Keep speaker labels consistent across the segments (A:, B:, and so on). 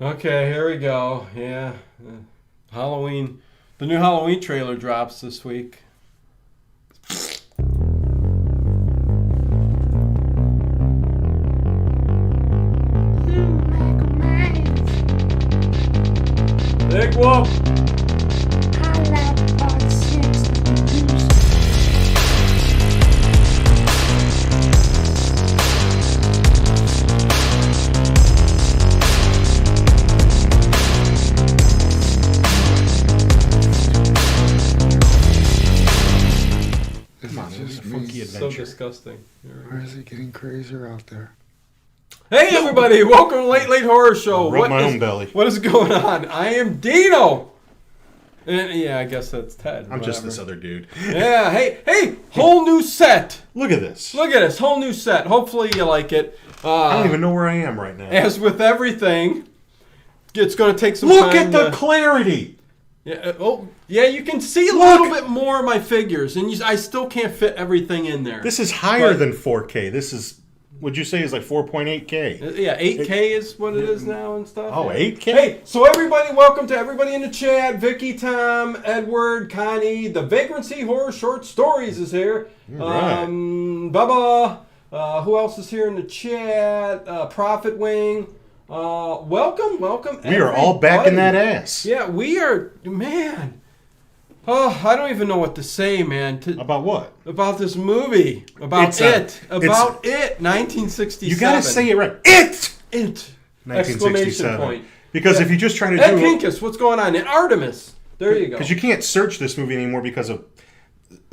A: Okay, here we go. Yeah. uh, Halloween. The new Halloween trailer drops this week.
B: Michael Myers,
A: Big Wolf!
B: I love all sorts of movies.
C: Is it just
A: Funky
C: me?
A: So disgusting. Here we
C: Or
A: go.
C: is it getting crazier out there?
A: Hey everybody, welcome to Late Late Horror Show.
D: Rub
A: What
D: my
A: is-
D: own belly.
A: What is going on? I am Dino! And, yeah, I guess that's Ted.
D: I'm just this
A: whatever.
D: other dude.
A: Yeah, hey, hey! Whole new set!
D: Look at this.
A: Look at this, whole new set. Hopefully you like it. Uh,
D: I don't even know where I am right now.
A: As with everything, it's going to take some uh,
D: Look
A: time
D: at the
A: to-
D: clarity.
A: Yeah, uh, oh, yeah, you can see a little bit more of my figures, and you, I still can't fit everything in there.
D: This is higher
A: But-
D: than 4K. This is, would you say, is like 4.8K?
A: Uh, yeah, 8K is what it is now and stuff.
D: Oh,
A: yeah.
D: 8K?
A: Hey, so everybody, welcome to everybody in the chat. Vicky, Tom, Edward, Connie, the Vagrancy Horror Short Stories is here.
D: right.
A: Um, Bubba, uh, who else is here in the chat? Uh, Prophet Wing. Uh, welcome, welcome.
D: We are all back in that
A: everybody.
D: ass.
A: Yeah, we are, man. Oh, I don't even know what to say, man. To,
D: About what?
A: about this movie, about
D: It's a-
A: it, about it, 1967.
D: You gotta say it right. It!
A: it. Exclamation
D: 1967.
A: point.
D: Because if you just try to
A: Ed
D: do it,
A: Pincus, what's going on? And Artemis. There you go.
D: because you can't search this movie anymore because of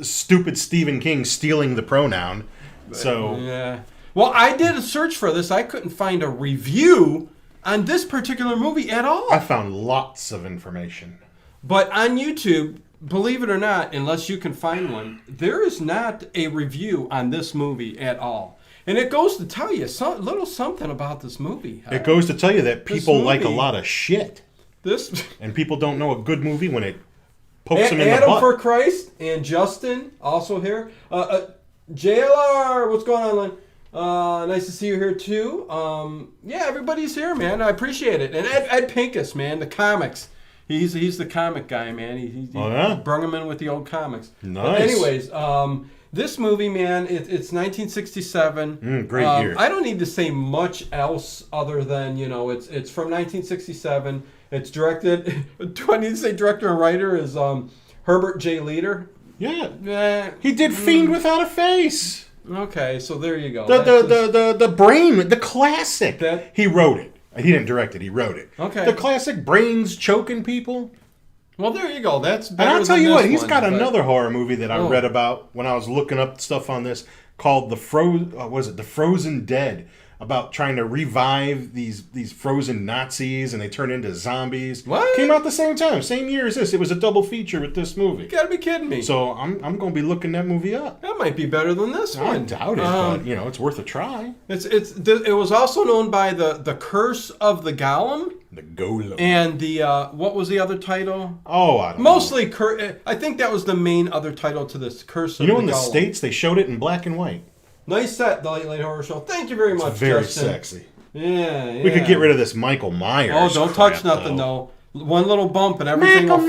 D: stupid Stephen King stealing the pronoun. So
A: yeah. Well, I did a search for this. I couldn't find a review on this particular movie at
D: I
A: all.
D: found lots of information.
A: But on YouTube, believe it or not, unless you can find one, there is not a review on this movie at all. And it goes to tell you some little something about this movie.
D: It goes to tell you that
A: This
D: people like a
A: movie-
D: lot of shit.
A: this
D: and people don't know a good movie when it
A: A-
D: pokes them in the
A: Adam
D: butt.
A: for Christ and Justin also here. Uh, uh, JLR, what's going on, Lynn? Uh, nice to see you here too. Um, yeah, everybody's here, man. I appreciate it. And Ed, Ed Pincus, man, the comics. He's he's the comic guy, man. He, he, he
D: Oh, yeah?
A: brung him in with the old comics. But
D: Nice.
A: anyways, um, this movie, man, it, it's 1967.
D: Mm, great
A: Um,
D: year.
A: I don't need to say much else other than you know it's it's from 1967. It's directed. Do I need to say director and writer is um, Herbert J. Leader?
D: yeah,
A: Eh,
D: he did Fiend without a face.
A: okay, so there you go.
D: The the,
A: That's
D: the
A: just-
D: the the brain, the classic.
A: That-
D: he wrote it. He didn't direct it. He wrote it.
A: Okay.
D: The classic brains choking people.
A: well, there you go. That's
D: And
A: better
D: I'll tell
A: than
D: you
A: this
D: what, he's
A: one,
D: got
A: but-
D: another horror movie that I
A: Oh.
D: read about when I was looking up stuff on this called the Fro. Uh, was it the Frozen Dead? About trying to revive these these frozen Nazis and they turn into zombies.
A: What?
D: Came out the same time, same year as this. It was a double feature with this movie.
A: You gotta be kidding me.
D: So I'm, I'm going to be looking that movie up.
A: that might be better than this
D: I
A: one.
D: doubt it,
A: Um,
D: but you know it's worth a try.
A: It's it's th- it was also known by the the Curse of the Golem
D: The Golem.
A: and the uh, what was the other title?
D: oh, I don't
A: Mostly, cur- eh, I think that was the main other title to this Curse.
D: know.
A: of
D: You know, in the
A: Golem.
D: states they showed it in black and white.
A: Nice set, the Late Late Horror Show. Thank you very much,
D: Very
A: Justin.
D: sexy.
A: Yeah, yeah.
D: We could get rid of this Michael Myers.
A: Oh, don't
D: crap,
A: touch nothing
D: though.
A: though. One little bump and everything will fall.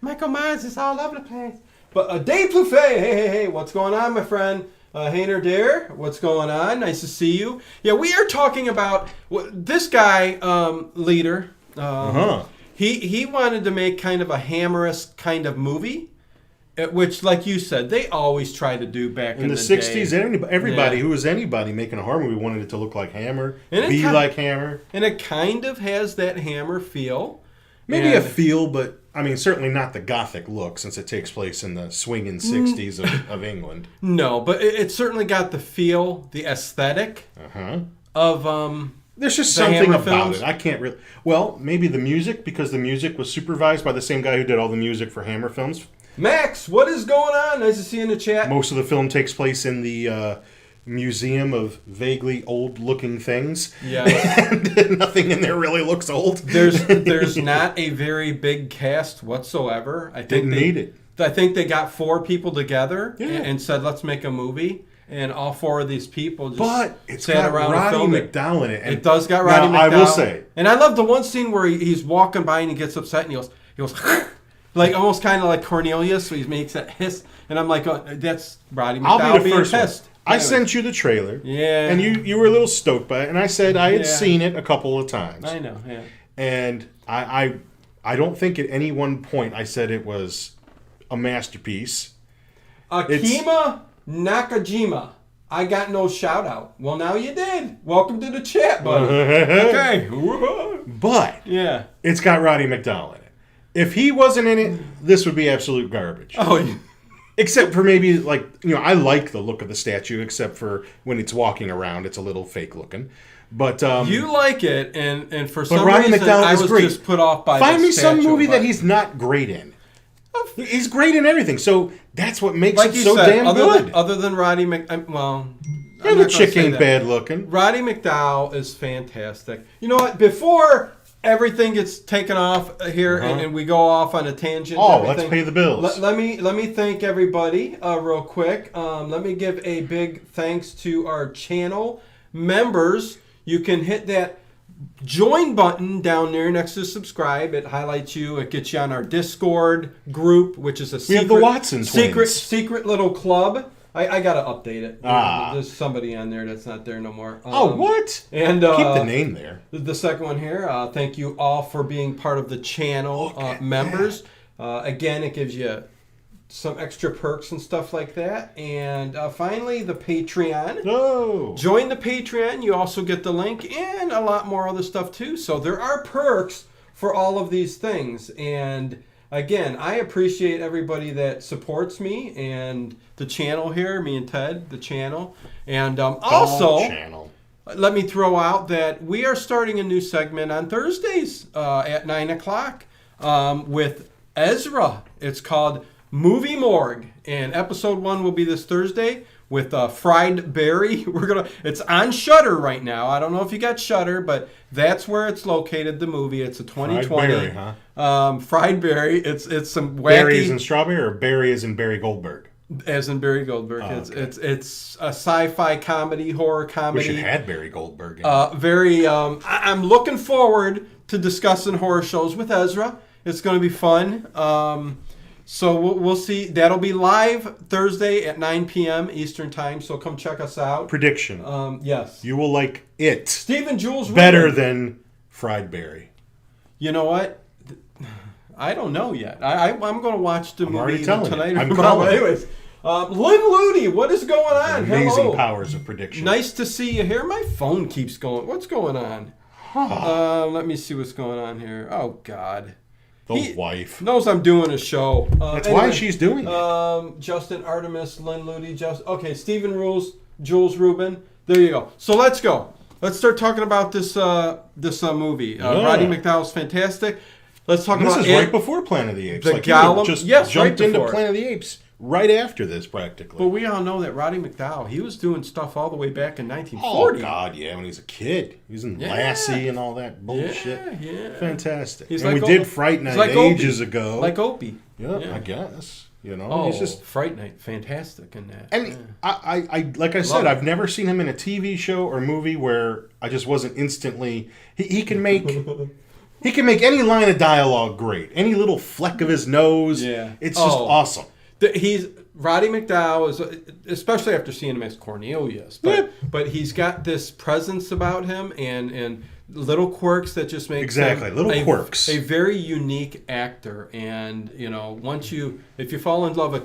A: Michael Myers is all over the place. But uh, Dave Plouffe, hey, hey, hey, what's going on, my friend? Uh, Hainer Dare, what's going on? Nice to see you. Yeah, we are talking about wh- this guy, um, leader. Um,
D: Huh?
A: He he wanted to make kind of a hammerist kind of movie, uh, which, like you said, they always try to do back in,
D: In the
A: day.
D: '60s, anybody, everybody
A: Yeah.
D: who was anybody making a horror movie wanted it to look like Hammer,
A: And it
D: be
A: kinda-
D: like Hammer,
A: and it kind of has that hammer feel.
D: maybe a
A: And-
D: feel, but I mean, certainly not the gothic look, since it takes place in the swinging '60s of, of England.
A: no, but it, it certainly got the feel, the aesthetic
D: Uh huh.
A: of um.
D: There's just
A: The
D: something
A: Hammer
D: about
A: films?
D: it. I can't really. Well, maybe the music because the music was supervised by the same guy who did all the music for Hammer films.
A: Max, what is going on? Nice to see you in the chat.
D: Most of the film takes place in the uh, museum of vaguely old-looking things.
A: Yeah,
D: and nothing in there really looks old.
A: there's there's not a very big cast whatsoever. I think
D: Didn't
A: they,
D: need it.
A: I think they got four people together
D: Yeah.
A: and, and said let's make a movie, and all four of these people just
D: But it's
A: sat
D: got
A: around and
D: Roddy
A: filmed it.
D: McDowell in it. and-
A: It does got
D: Now,
A: Roddy McDowell.
D: I will say,
A: and I love the one scene where he, he's walking by and he gets upset and he goes, he goes, like almost kind of like Cornelius, so he makes that hiss, and I'm like, oh, that's Roddy McDowell
D: I'll be the
A: being
D: first one.
A: pissed.
D: I
A: Anyway.
D: sent you the trailer.
A: Yeah.
D: And you, you were a little stoked by it. And I said I had
A: Yeah.
D: seen it a couple of times.
A: I know, yeah.
D: And I, I I don't think at any one point I said it was a masterpiece.
A: Akima Nakajima. I got no shout out. Well, now you did. Welcome to the chat, buddy. okay.
D: But
A: Yeah.
D: it's got Roddy McDowell in it. If he wasn't in it, this would be absolute garbage.
A: Oh, you-
D: Except for maybe like you know, I like the look of the statue, except for when it's walking around, it's a little fake looking. But um,
A: you like it, and and for
D: but
A: some
D: Roddy
A: reason
D: McDowell
A: I
D: is
A: was
D: great.
A: just put off by.
D: Find
A: the
D: me some
A: statue,
D: movie
A: but- Oh,
D: that he's not great in. He's great in everything, so that's what makes
A: like
D: it
A: you
D: so
A: said.
D: damn
A: other
D: good.
A: than other than Roddy Mc, I'm- well, I'm
D: yeah,
A: not
D: the
A: gonna
D: chick
A: say
D: ain't
A: that.
D: bad looking.
A: Roddy McDowell is fantastic. You know what? Before everything gets taken off here and, and we go off on a tangent. and
D: Uh-huh. Oh, let's
A: everything,
D: pay the bills.
A: Let, let me let me thank everybody uh, real quick. Um, let me give a big thanks to our channel members. You can hit that join button down there next to subscribe. It highlights you. It gets you on our Discord group, which is a
D: We
A: secret,
D: have the Watson
A: secret
D: twins.
A: secret little club. I, I gotta update it.
D: Ah.
A: There's somebody on there that's not there no more.
D: Oh,
A: Um,
D: what?
A: And uh,
D: Keep the name there.
A: the- The second one here. Uh, thank you all for being part of the channel uh, members. Uh, again, it gives you some extra perks and stuff like that. And uh, finally, the Patreon.
D: Oh,
A: Join the Patreon. You also get the link and a lot more other stuff too. So there are perks for all of these things. And again, I appreciate everybody that supports me and the channel here, me and Ted, the channel. And um, also,
D: channel.
A: let me throw out that we are starting a new segment on Thursdays uh, at nine o'clock um, with Ezra. It's called Movie Morgue, and episode one will be this Thursday with uh, Fried Berry. We're gonna. It's on Shutter right now. I don't know if you got Shutter, but that's where it's located. The movie. It's a twenty twenty.
D: Berry, huh?
A: Um, fried Berry. It's it's some wacky
D: Barry is in strawberry or Barry is in Barry Goldberg.
A: as in Barry Goldberg. it's, it's it's a sci-fi comedy, horror
D: Oh, We
A: comedy.
D: should have Barry Goldberg. In.
A: Uh, very. Um, I- I'm looking forward to discussing horror shows with Ezra. It's going to be fun. Um, so we'll, we'll see. That'll be live Thursday at 9 p.m. Eastern time. So come check us out.
D: Prediction:
A: Um, yes.
D: You will like it
A: Stephen Jules
D: better
A: Rubin.
D: than Fried Berry.
A: You know what? I don't know yet. I, I I'm going to watch the
D: already
A: movie
D: telling you.
A: tonight. or
D: I'm
A: tomorrow.
D: calling it.
A: Anyways, um, Lynn Moody, what is going on?
D: Amazing
A: Hello.
D: powers of prediction.
A: Nice to see you here. My phone keeps going. What's going on? Uh, let me see what's going on here. Oh God,
D: the
A: he-
D: wife.
A: knows I'm doing a show. Uh,
D: That's why she's doing it.
A: Um, Justin Artemis, Lynn Ludi, Just okay, Stephen Rules, Jules Rubin. There you go. So let's go. Let's start talking about this uh, this uh, movie. Uh,
D: Yeah.
A: Roddy McDowell's fantastic. Let's talk
D: And this
A: about
D: is
A: Ant-
D: right before Planet of the Apes.
A: The
D: like you had
A: Gollum-
D: just
A: yes,
D: jumped
A: right
D: into
A: before.
D: Planet of the Apes right after this, practically.
A: But we all know that Roddy McDowell, he was doing stuff all the way back in
D: oh
A: 1940.
D: God, yeah, when he was a kid, he was in
A: Yeah.
D: Lassie and all that bullshit.
A: yeah.
D: fantastic.
A: He's
D: and
A: like
D: we did
A: Opie.
D: Fright
A: He's
D: Night
A: like Opie.
D: ages ago.
A: Like Opie.
D: yeah,
A: yeah.
D: I guess you know.
A: Oh,
D: He's just
A: Fright Night, fantastic in that.
D: and I, I, I, like I said,
A: Love it.
D: I've never seen him in a TV show or movie where I just wasn't instantly. He, he can make. He can make any line of dialogue great. Any little fleck of his nose.
A: Yeah.
D: It's just
A: Oh.
D: awesome.
A: The- he's Roddy McDowell is especially after seeing him as Cornelius, but but he's got this presence about him and and little quirks that just make
D: Exactly,
A: him
D: little
A: a,
D: quirks.
A: a very unique actor. And you know, once you if you fall in love with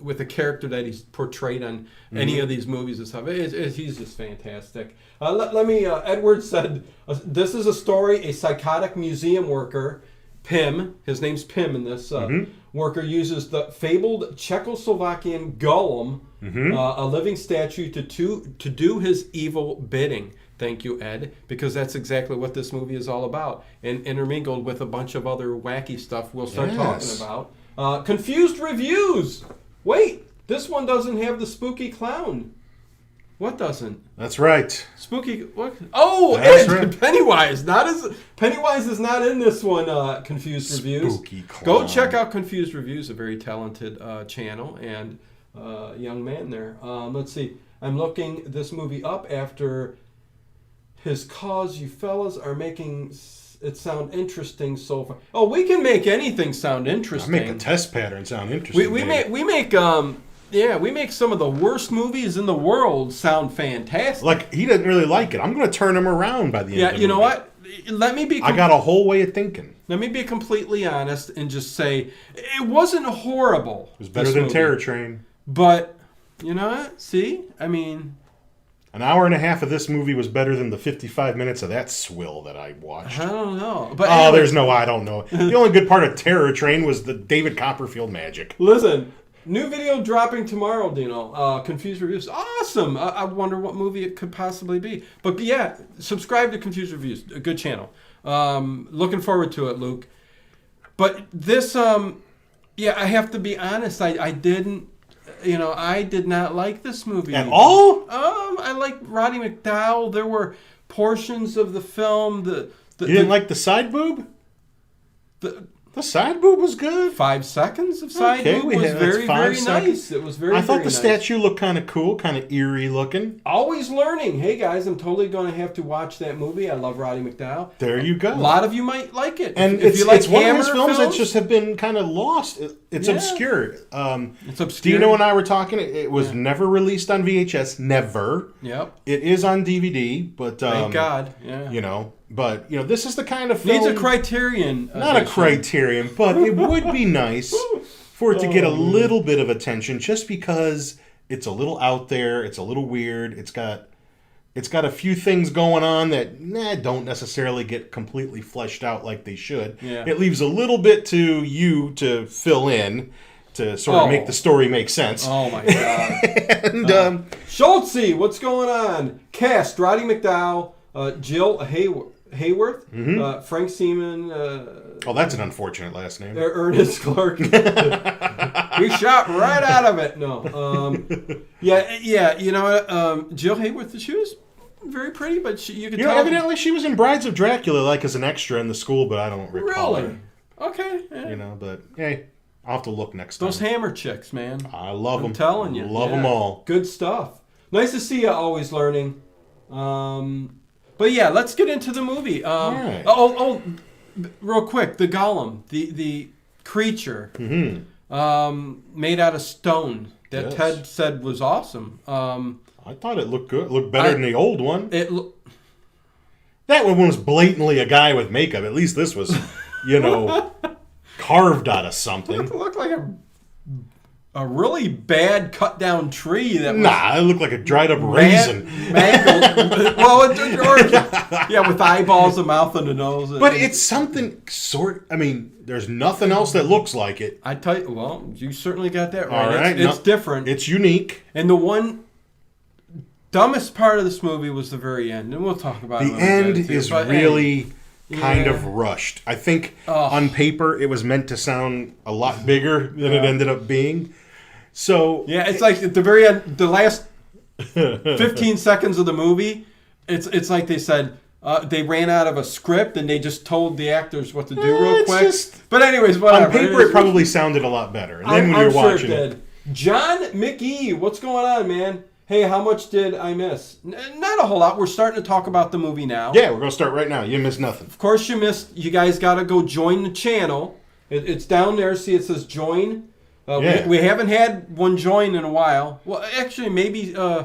A: with a character that he's portrayed on
D: Mm-hmm.
A: any of these movies and stuff, it, it- he's just fantastic. Uh, let, let me. Uh, Edward said, uh, "This is a story a psychotic museum worker." Pim, his name's Pim in this uh, worker, uses the fabled Czechoslovakian Gollum, uh, a living statue, to, to to do his evil bidding. Thank you, Ed, because that's exactly what this movie is all about, and intermingled with a bunch of other wacky stuff we'll start
D: Yes.
A: talking about. Uh, confused reviews. Wait, this one doesn't have the spooky clown. What doesn't?
D: That's right.
A: Spooky. What? Oh,
D: That's
A: Ed,
D: right.
A: Pennywise. Not as Pennywise is not in this one. Uh, Confused reviews.
D: Spooky
A: Go
D: clown.
A: check out Confused Reviews, a very talented uh, channel and uh, young man there. Um, let's see. I'm looking this movie up after his cause. You fellas are making s- it sound interesting so far. Oh, we can make anything sound
D: I
A: interesting.
D: make the test pattern sound interesting.
A: we we
D: baby.
A: make we make um yeah we make some of the worst movies in the world sound fantastic.
D: like he didn't really like it. I'm going to turn him around by the end.
A: yeah,
D: of the
A: you know
D: movie.
A: what? Let me be.
D: I got a whole way of thinking.
A: Let me be completely honest and just say it wasn't horrible.
D: It was better
A: this
D: than
A: movie.
D: Terror Train.
A: But you know what? See, I mean,
D: An hour and a half of this movie was better than the 55 minutes of that swill that I watched.
A: I don't know. But
D: Oh,
A: Uh-huh. anyway,
D: there's no I don't know. The only good part of Terror Train was the David Copperfield magic.
A: listen. New video dropping tomorrow, Dino. Uh, Confused Reviews. Awesome. I, I wonder what movie it could possibly be. But yeah, subscribe to Confused Reviews. A good channel. Um, looking forward to it, Luke. But this, um, yeah, I have to be honest. I, I didn't, you know, I did not like this movie
D: At all?
A: Um, I like Roddy McDowell. There were portions of the film the the,
D: You didn't
A: the-
D: like the side boob?
A: the
D: The side boob was good.
A: five seconds of side
D: Okay,
A: boob
D: we
A: was
D: had- that's
A: very
D: five
A: very
D: seconds.
A: nice. It was very.
D: I thought
A: very
D: the
A: nice.
D: statue looked kind of cool, kind of eerie looking.
A: Always learning. Hey guys, I'm totally going to have to watch that movie. I love Roddy McDowell.
D: There you go.
A: A lot of you might like it.
D: and
A: if
D: it's,
A: you like
D: it's one of those
A: Hammer
D: films, that just have been kind of lost. It- It's
A: Yeah.
D: obscure. Um,
A: it's obscure.
D: Dino and I were talking. It, it was never released on VHS. Never.
A: Yep.
D: It is on DVD, but um,
A: Thank God. Yeah.
D: you know. But you know, this is the kind of film
A: Needs a Criterion.
D: not a
A: edition.
D: criterion, but it would be nice for it to get a
A: Oh, man.
D: little bit of attention, just because it's a little out there, it's a little weird, it's got it's got a few things going on that nah, don't necessarily get completely fleshed out like they should.
A: Yeah.
D: It leaves a little bit to you to fill in to sort of
A: Oh.
D: make the story make sense.
A: Oh my God.
D: And um,
A: Schultzy, what's going on? Cast, Roddy McDowell, uh, Jill Hayworth, Hayworth
D: Mm-hmm.
A: uh, Frank Seaman, uh,
D: oh, that's an unfortunate last name.
A: Er- Ernest Clark. we shot right out of it. No. Um, yeah, yeah, you know, what, um, Jill Hayworth, she was very pretty, but she, you could
D: You know,
A: tell.
D: evidently she was in Brides of Dracula, like as an extra in the school, but I don't recall
A: really?
D: her.
A: Okay. yeah.
D: you know. But hey, I'll have to look next
A: Those
D: time.
A: hammer chicks, man.
D: I love them.
A: I'm telling you.
D: love
A: yeah.
D: them all.
A: Good stuff. Nice to see you. Always learning. Um, but yeah, let's get into the movie. Um,
D: All right.
A: Oh, oh, b- real quick, the golem, the the creature, um, made out of stone that
D: Mm-hmm. Yes.
A: Ted said was awesome. Um,
D: I thought it looked good. Looked better
A: I-
D: than the old one.
A: it lo-
D: That one was blatantly a guy with makeup. At least this was, you know, carved out of something.
A: looked like a a really bad cut down tree that was
D: Nah, it looked like a dried up
A: man-
D: raisin.
A: mangled. well, it, or, yeah, with eyeballs, a mouth, and a nose.
D: But
A: it's.
D: it's something sort. I mean, there's nothing else that looks like it.
A: I tell you, well, you certainly got that right.
D: All right,
A: it's, it's
D: no-
A: different.
D: It's unique.
A: and the one dumbest part of this movie was the very end, and we'll talk about it
D: The
A: when we get
D: end
A: into it,
D: is
A: but, hey,
D: really kind
A: Yeah.
D: of rushed. I think
A: Ugh.
D: on paper it was meant to sound a lot bigger than it ended up being. So
A: yeah, it's like at the very end, the last fifteen seconds of the movie, it's it's like they said. Uh, they ran out of a script and they just told the actors what to do
D: Eh,
A: real
D: it's
A: quick.
D: just-
A: but anyways, whatever.
D: on paper it probably sounded a lot better. And then
A: I'm,
D: when you're
A: I'm sure it
D: watching it,
A: did. John McGee, what's going on, man? Hey, how much did I miss? N- not a whole lot. We're starting to talk about the movie now.
D: yeah, we're gonna start right now. You missed nothing.
A: Of course, you missed. You guys got to go join the channel. It, it's down there. See, it says join. Uh,
D: Yeah.
A: we, we haven't had one join in a while. Well, actually, maybe uh,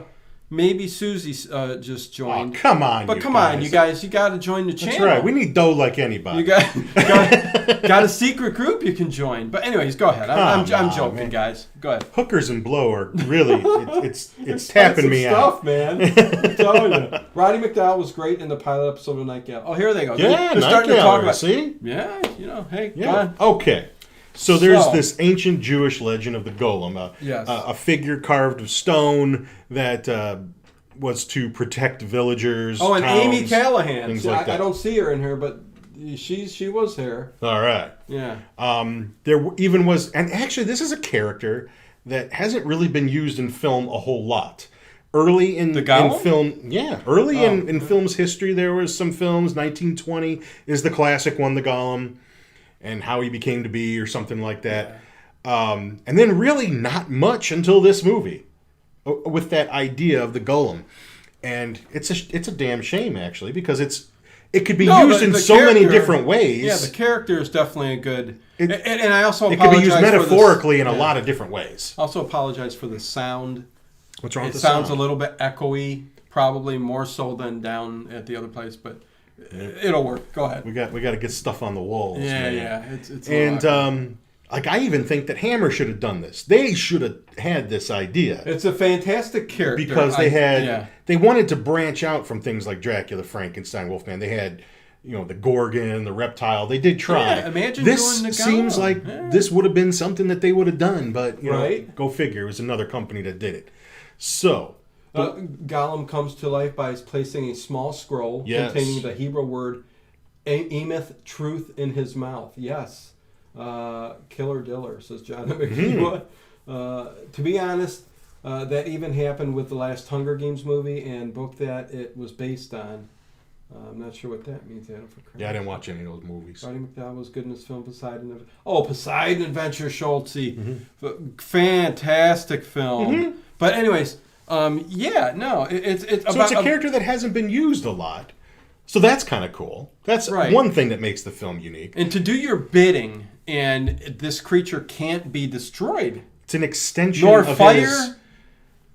A: maybe Susie uh, just
D: Oh,
A: joined.
D: come on,
A: but
D: you
A: come
D: guys.
A: on, you guys, you got to join the
D: That's
A: channel.
D: right. We need dough like anybody.
A: you got, got got a secret group you can join. But anyways, go ahead. I'm, I'm,
D: Come
A: I'm
D: on,
A: joking,
D: man.
A: guys. Go ahead.
D: hookers and blow are really it, it's
A: That's
D: it's tapping
A: some
D: me
A: stuff,
D: out.
A: man. I'm telling you. Roddy McDowell was great in the pilot episode of Nightgown. Oh, here they go.
D: Yeah,
A: they're starting to talk about.
D: see.
A: Yeah, you know, hey, go
D: Yeah.
A: on.
D: Okay. So there's
A: So-
D: this ancient Jewish legend of the golem, a,
A: Yes.
D: a, a figure carved of stone that uh, was to protect villagers.
A: Oh, and Amy
D: towns,
A: Callahan.
D: things
A: See,
D: like
A: I,
D: that.
A: I don't see her in here, but she's she was here.
D: All right.
A: Yeah.
D: Um, there w- even was, and actually, this is a character that hasn't really been used in film a whole lot. Early in, in
A: golem?
D: film, yeah, early
A: Oh.
D: in, in film's history, there was some films. 1920 is the classic one, the Golem, and how he became to be, or something like that. Um, and then really not much until this movie. with that idea of the golem, and it's a it's a damn shame actually because it's it could be
A: No,
D: used
A: the-
D: in
A: the
D: so many
A: character-
D: different ways.
A: Yeah, the character is definitely a good.
D: It-
A: and, and I also
D: it could be used
A: apologize for this-
D: metaphorically in a
A: yeah.
D: lot of different ways.
A: Also apologize for the sound.
D: What's wrong
A: it
D: with the
A: sounds
D: sound?
A: a little bit echoey, probably more so than down at the other place, but it'll work. Go ahead.
D: We got we got to get stuff on the walls.
A: Yeah,
D: man.
A: yeah. It's, it's a
D: And
A: lot.
D: um, like I even think that Hammer should have done this. They should have had this idea
A: it's a fantastic character
D: because
A: I-
D: they had
A: Yeah.
D: they wanted to branch out from things like Dracula, Frankenstein, Wolfman. They had you know the Gorgon, the reptile. They did try.
A: Yeah, imagine
D: this
A: doing the
D: seems
A: Golem.
D: like
A: Yeah.
D: this would have been something that they would have done, but you know,
A: Right.
D: go figure. It was another company that did it. So
A: Uh, Gollum comes to life by placing a small scroll
D: Yes.
A: containing the Hebrew word "a- "emeth truth" in his mouth. Yes, uh, killer diller says John
D: Mm-hmm.
A: McEwa. Uh, to be honest, uh, that even happened with the last Hunger Games movie and book that it was based on. Uh, I'm not sure what that means. Adam for crying
D: yeah, I didn't watch any of those movies.
A: Marty McDowell's goodness film Poseidon. Adv- Oh, Poseidon Adventure, Schultzy,
D: Mm-hmm.
A: F- fantastic film. But anyways, um, yeah, no, it, it's it's
D: So
A: about
D: it's a character that hasn't been used a lot. So that's kind of cool. That's
A: Right.
D: one thing that makes the film unique.
A: and to do your bidding, and this creature can't be destroyed
D: It's an extension
A: nor
D: of
A: fire.
D: his.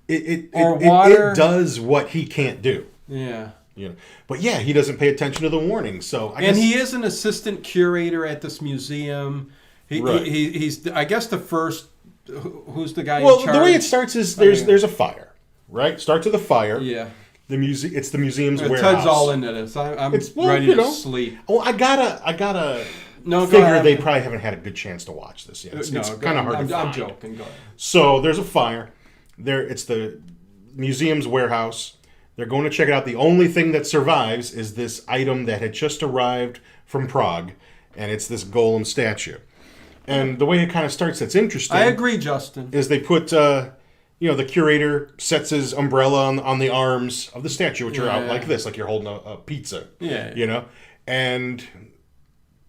D: It it,
A: or
D: it, it- it
A: water.
D: does what he can't do.
A: yeah,
D: You know, but yeah, he doesn't pay attention to the warning. So I
A: and
D: guess
A: he is an assistant curator at this museum. He,
D: Right.
A: he, he he's I guess the first. who- Who's the guy?
D: well,
A: in charge?
D: the way it starts is there's
A: yeah.
D: there's a fire, right? Starts with a fire.
A: Yeah,
D: The muse it's the museum's warehouse.
A: Ted's all into this. I, I'm
D: It's well,
A: ready
D: you
A: to
D: know.
A: sleep.
D: Oh, I gotta I gotta
A: No, go
D: figure
A: ahead.
D: they probably haven't had a good chance to watch this yet. It's,
A: go-
D: kind of hard
A: I'm,
D: to find.
A: I'm joking. Go ahead.
D: So there's a fire. There, it's the museum's warehouse. They're going to check it out. The only thing that survives is this item that had just arrived from Prague, and it's this golem statue. And the way it kind of starts, that's interesting.
A: I agree, Justin.
D: Is they put, uh, you know, the curator sets his umbrella on, on the arms of the statue, which are out
A: Yeah.
D: like this, like you're holding a, a pizza.
A: Yeah.
D: You know, and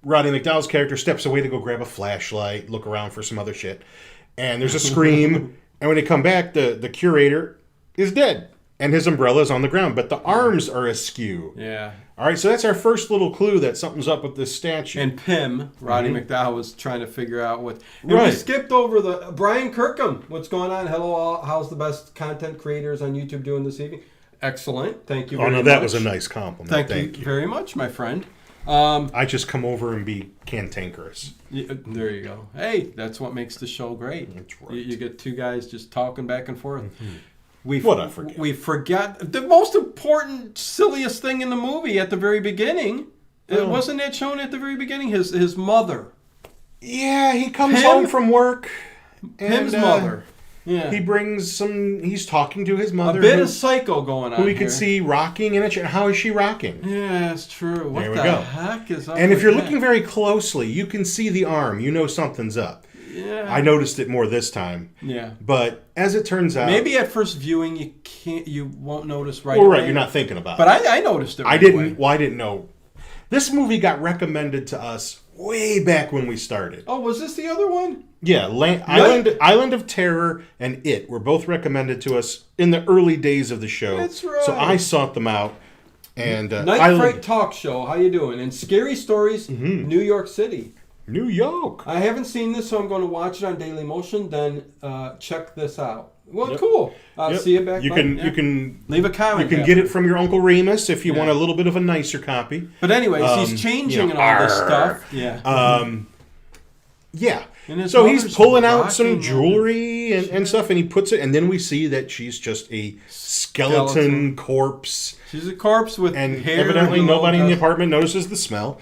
D: Roddy McDowell's character steps away to go grab a flashlight, look around for some other shit, and there's a scream. and when they come back, the the curator is dead, and his umbrella is on the ground, but the arms are askew.
A: Yeah.
D: All right, so that's our first little clue that something's up with this statue.
A: And Pim, Roddy McDowell was trying to figure out what. And We
D: Mm-hmm. Right.
A: skipped over the Brian Kirkham. What's going on? Hello, all. How's the best content creators on YouTube doing this evening? Excellent. Thank you.
D: oh
A: Very
D: no, that
A: much.
D: was a nice compliment.
A: Thank,
D: Thank,
A: you,
D: you.
A: very much, my friend. Um,
D: I just come over and be cantankerous.
A: y- uh, there you go. Hey, that's what makes the show great.
D: That's right. Mm-hmm.
A: You, you get two guys just talking back and forth. We
D: What I forget.
A: We forgot the most important, silliest thing in the movie at the very beginning. It wasn't that shown at the very beginning. His his mother.
D: Yeah, he comes
A: Pim-
D: home from work.
A: Pim's
D: and, uh,
A: mother. Yeah.
D: He brings some. He's talking to his
A: a
D: mother.
A: bit
D: who-
A: of psycho going on.
D: who we
A: here.
D: could see rocking in a chair. How is she rocking?
A: Yeah, that's true. What
D: There we
A: the
D: go.
A: heck is up?
D: And if
A: with
D: you're
A: that?
D: looking very closely, you can see the arm. You know something's up.
A: yeah,
D: I noticed it more this time.
A: yeah.
D: But as it turns out,
A: Maybe at first viewing you can't, you won't notice right.
D: well,
A: away.
D: right, you're not thinking about
A: But
D: it.
A: I, I noticed it. Right
D: I didn't.
A: away.
D: Well, I didn't know. This movie got recommended to us way back when we started.
A: Oh, was this the other one?
D: Yeah, Land, Island Island of Terror and It were both recommended to us in the early days of the show.
A: That's
D: So
A: right.
D: I sought them out, and uh,
A: Night
D: Island-
A: Fright Talk Show. How you doing? And Scary Stories,
D: Mm-hmm.
A: New York City.
D: New York.
A: I haven't seen this, so I'm going to watch it on Daily Motion. Then uh, check this out. Well, cool. I'll
D: Yep.
A: see you back.
D: You
A: button.
D: can
A: Yeah.
D: you can
A: leave a
D: You
A: comment.
D: can
A: after.
D: get it from your Uncle Remus if you
A: Yeah.
D: want a little bit of a nicer copy.
A: But anyways,
D: Um,
A: he's changing
D: you know,
A: and all this
D: arr.
A: stuff. Yeah.
D: Um, yeah.
A: Mm-hmm. And his
D: So he's
A: mother's
D: pulling out
A: rocking
D: some
A: it.
D: jewelry and, and stuff, and he puts it, and then we see that she's just a skeleton,
A: Skeleton.
D: corpse,
A: She's a corpse with
D: and
A: hair.
D: evidently
A: and all
D: nobody in the
A: that.
D: apartment notices the smell.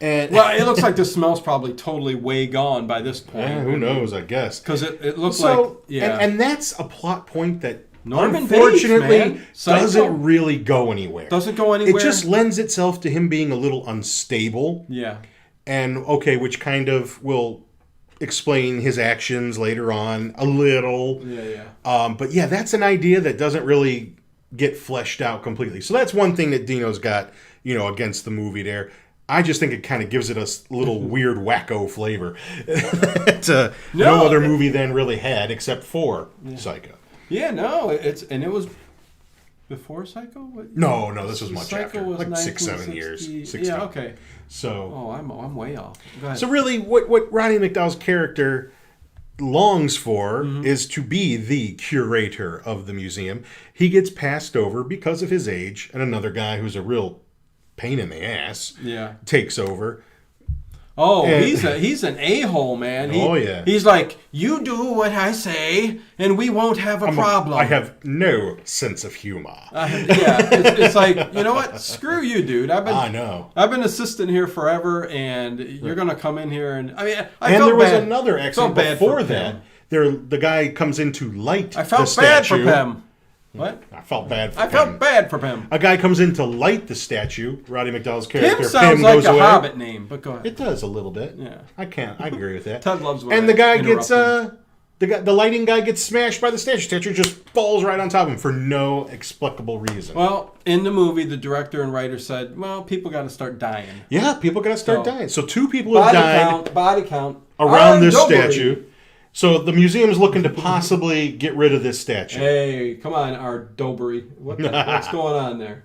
D: And
A: Well, it looks like the smell's probably totally way gone by this point.
D: Eh, who knows? I guess.
A: Because it, it looks like
D: So
A: yeah.
D: and, and that's a plot point that
A: Norman Bates,
D: unfortunately
A: man. Psycho.
D: doesn't really go anywhere.
A: Doesn't go anywhere.
D: It just lends itself to him being a little unstable.
A: yeah.
D: and okay, which kind of will explain his actions later on a little.
A: Yeah, yeah.
D: Um, but yeah, that's an idea that doesn't really get fleshed out completely. So that's one thing that Dino's got, you know, against the movie there. I just think it kind of gives it a s- little weird wacko flavor that uh, no,
A: No.
D: other movie then really had except for Psycho.
A: Yeah, no, it's and it was before Psycho. What-
D: No, no, this was much
A: Psycho
D: after,
A: was
D: like six, seven
A: 1960
D: years. Six,
A: yeah,
D: seven.
A: okay.
D: So,
A: Oh, I'm I'm way off. Go ahead.
D: so really, what what Ronnie McDowell's character longs for
A: Mm-hmm.
D: is to be the curator of the museum. He gets passed over because of his age, and another guy who's a real pain in the ass
A: yeah.
D: takes over.
A: Oh,
D: And-
A: he's a he's an a hole, man. He-
D: Oh, yeah.
A: He's like, you do what I say, and we won't have a
D: I'm a-
A: problem.
D: I have no sense of humor.
A: Uh, yeah, it's, it's like you know what? Screw you, dude. I've been
D: I know.
A: I've been assistant here forever, and you're gonna come in here and I mean I
D: and
A: felt
D: there was
A: bad.
D: another
A: I felt
D: accident
A: bad for
D: before that.
A: Pam.
D: There, the guy comes in to light.
A: I felt
D: the
A: bad for
D: statue.
A: Pam. What?
D: I felt bad. For
A: I
D: Pam.
A: felt bad for Pam.
D: A guy comes in to light the statue. Roddy McDowell's character.
A: Pam sounds like
D: goes
A: a
D: away.
A: Hobbit name, but go ahead.
D: It does a little bit.
A: Yeah.
D: I can't. I agree with that.
A: Ted loves when
D: And
A: I
D: the guy
A: interrupt
D: gets
A: him.
D: uh, the guy, the lighting guy gets smashed by the statue. Statue just falls right on top of him for no explicable reason.
A: Well, in the movie, the director and writer said, "Well, people got to start dying."
D: yeah, people gotta start
A: So-
D: dying. So two people have
A: Body
D: died.
A: count. Body count
D: around this
A: Undoubtedly.
D: statue. So the museum's looking to possibly get rid of this statue.
A: Hey, come on, our Dobry. What the, what's going on there?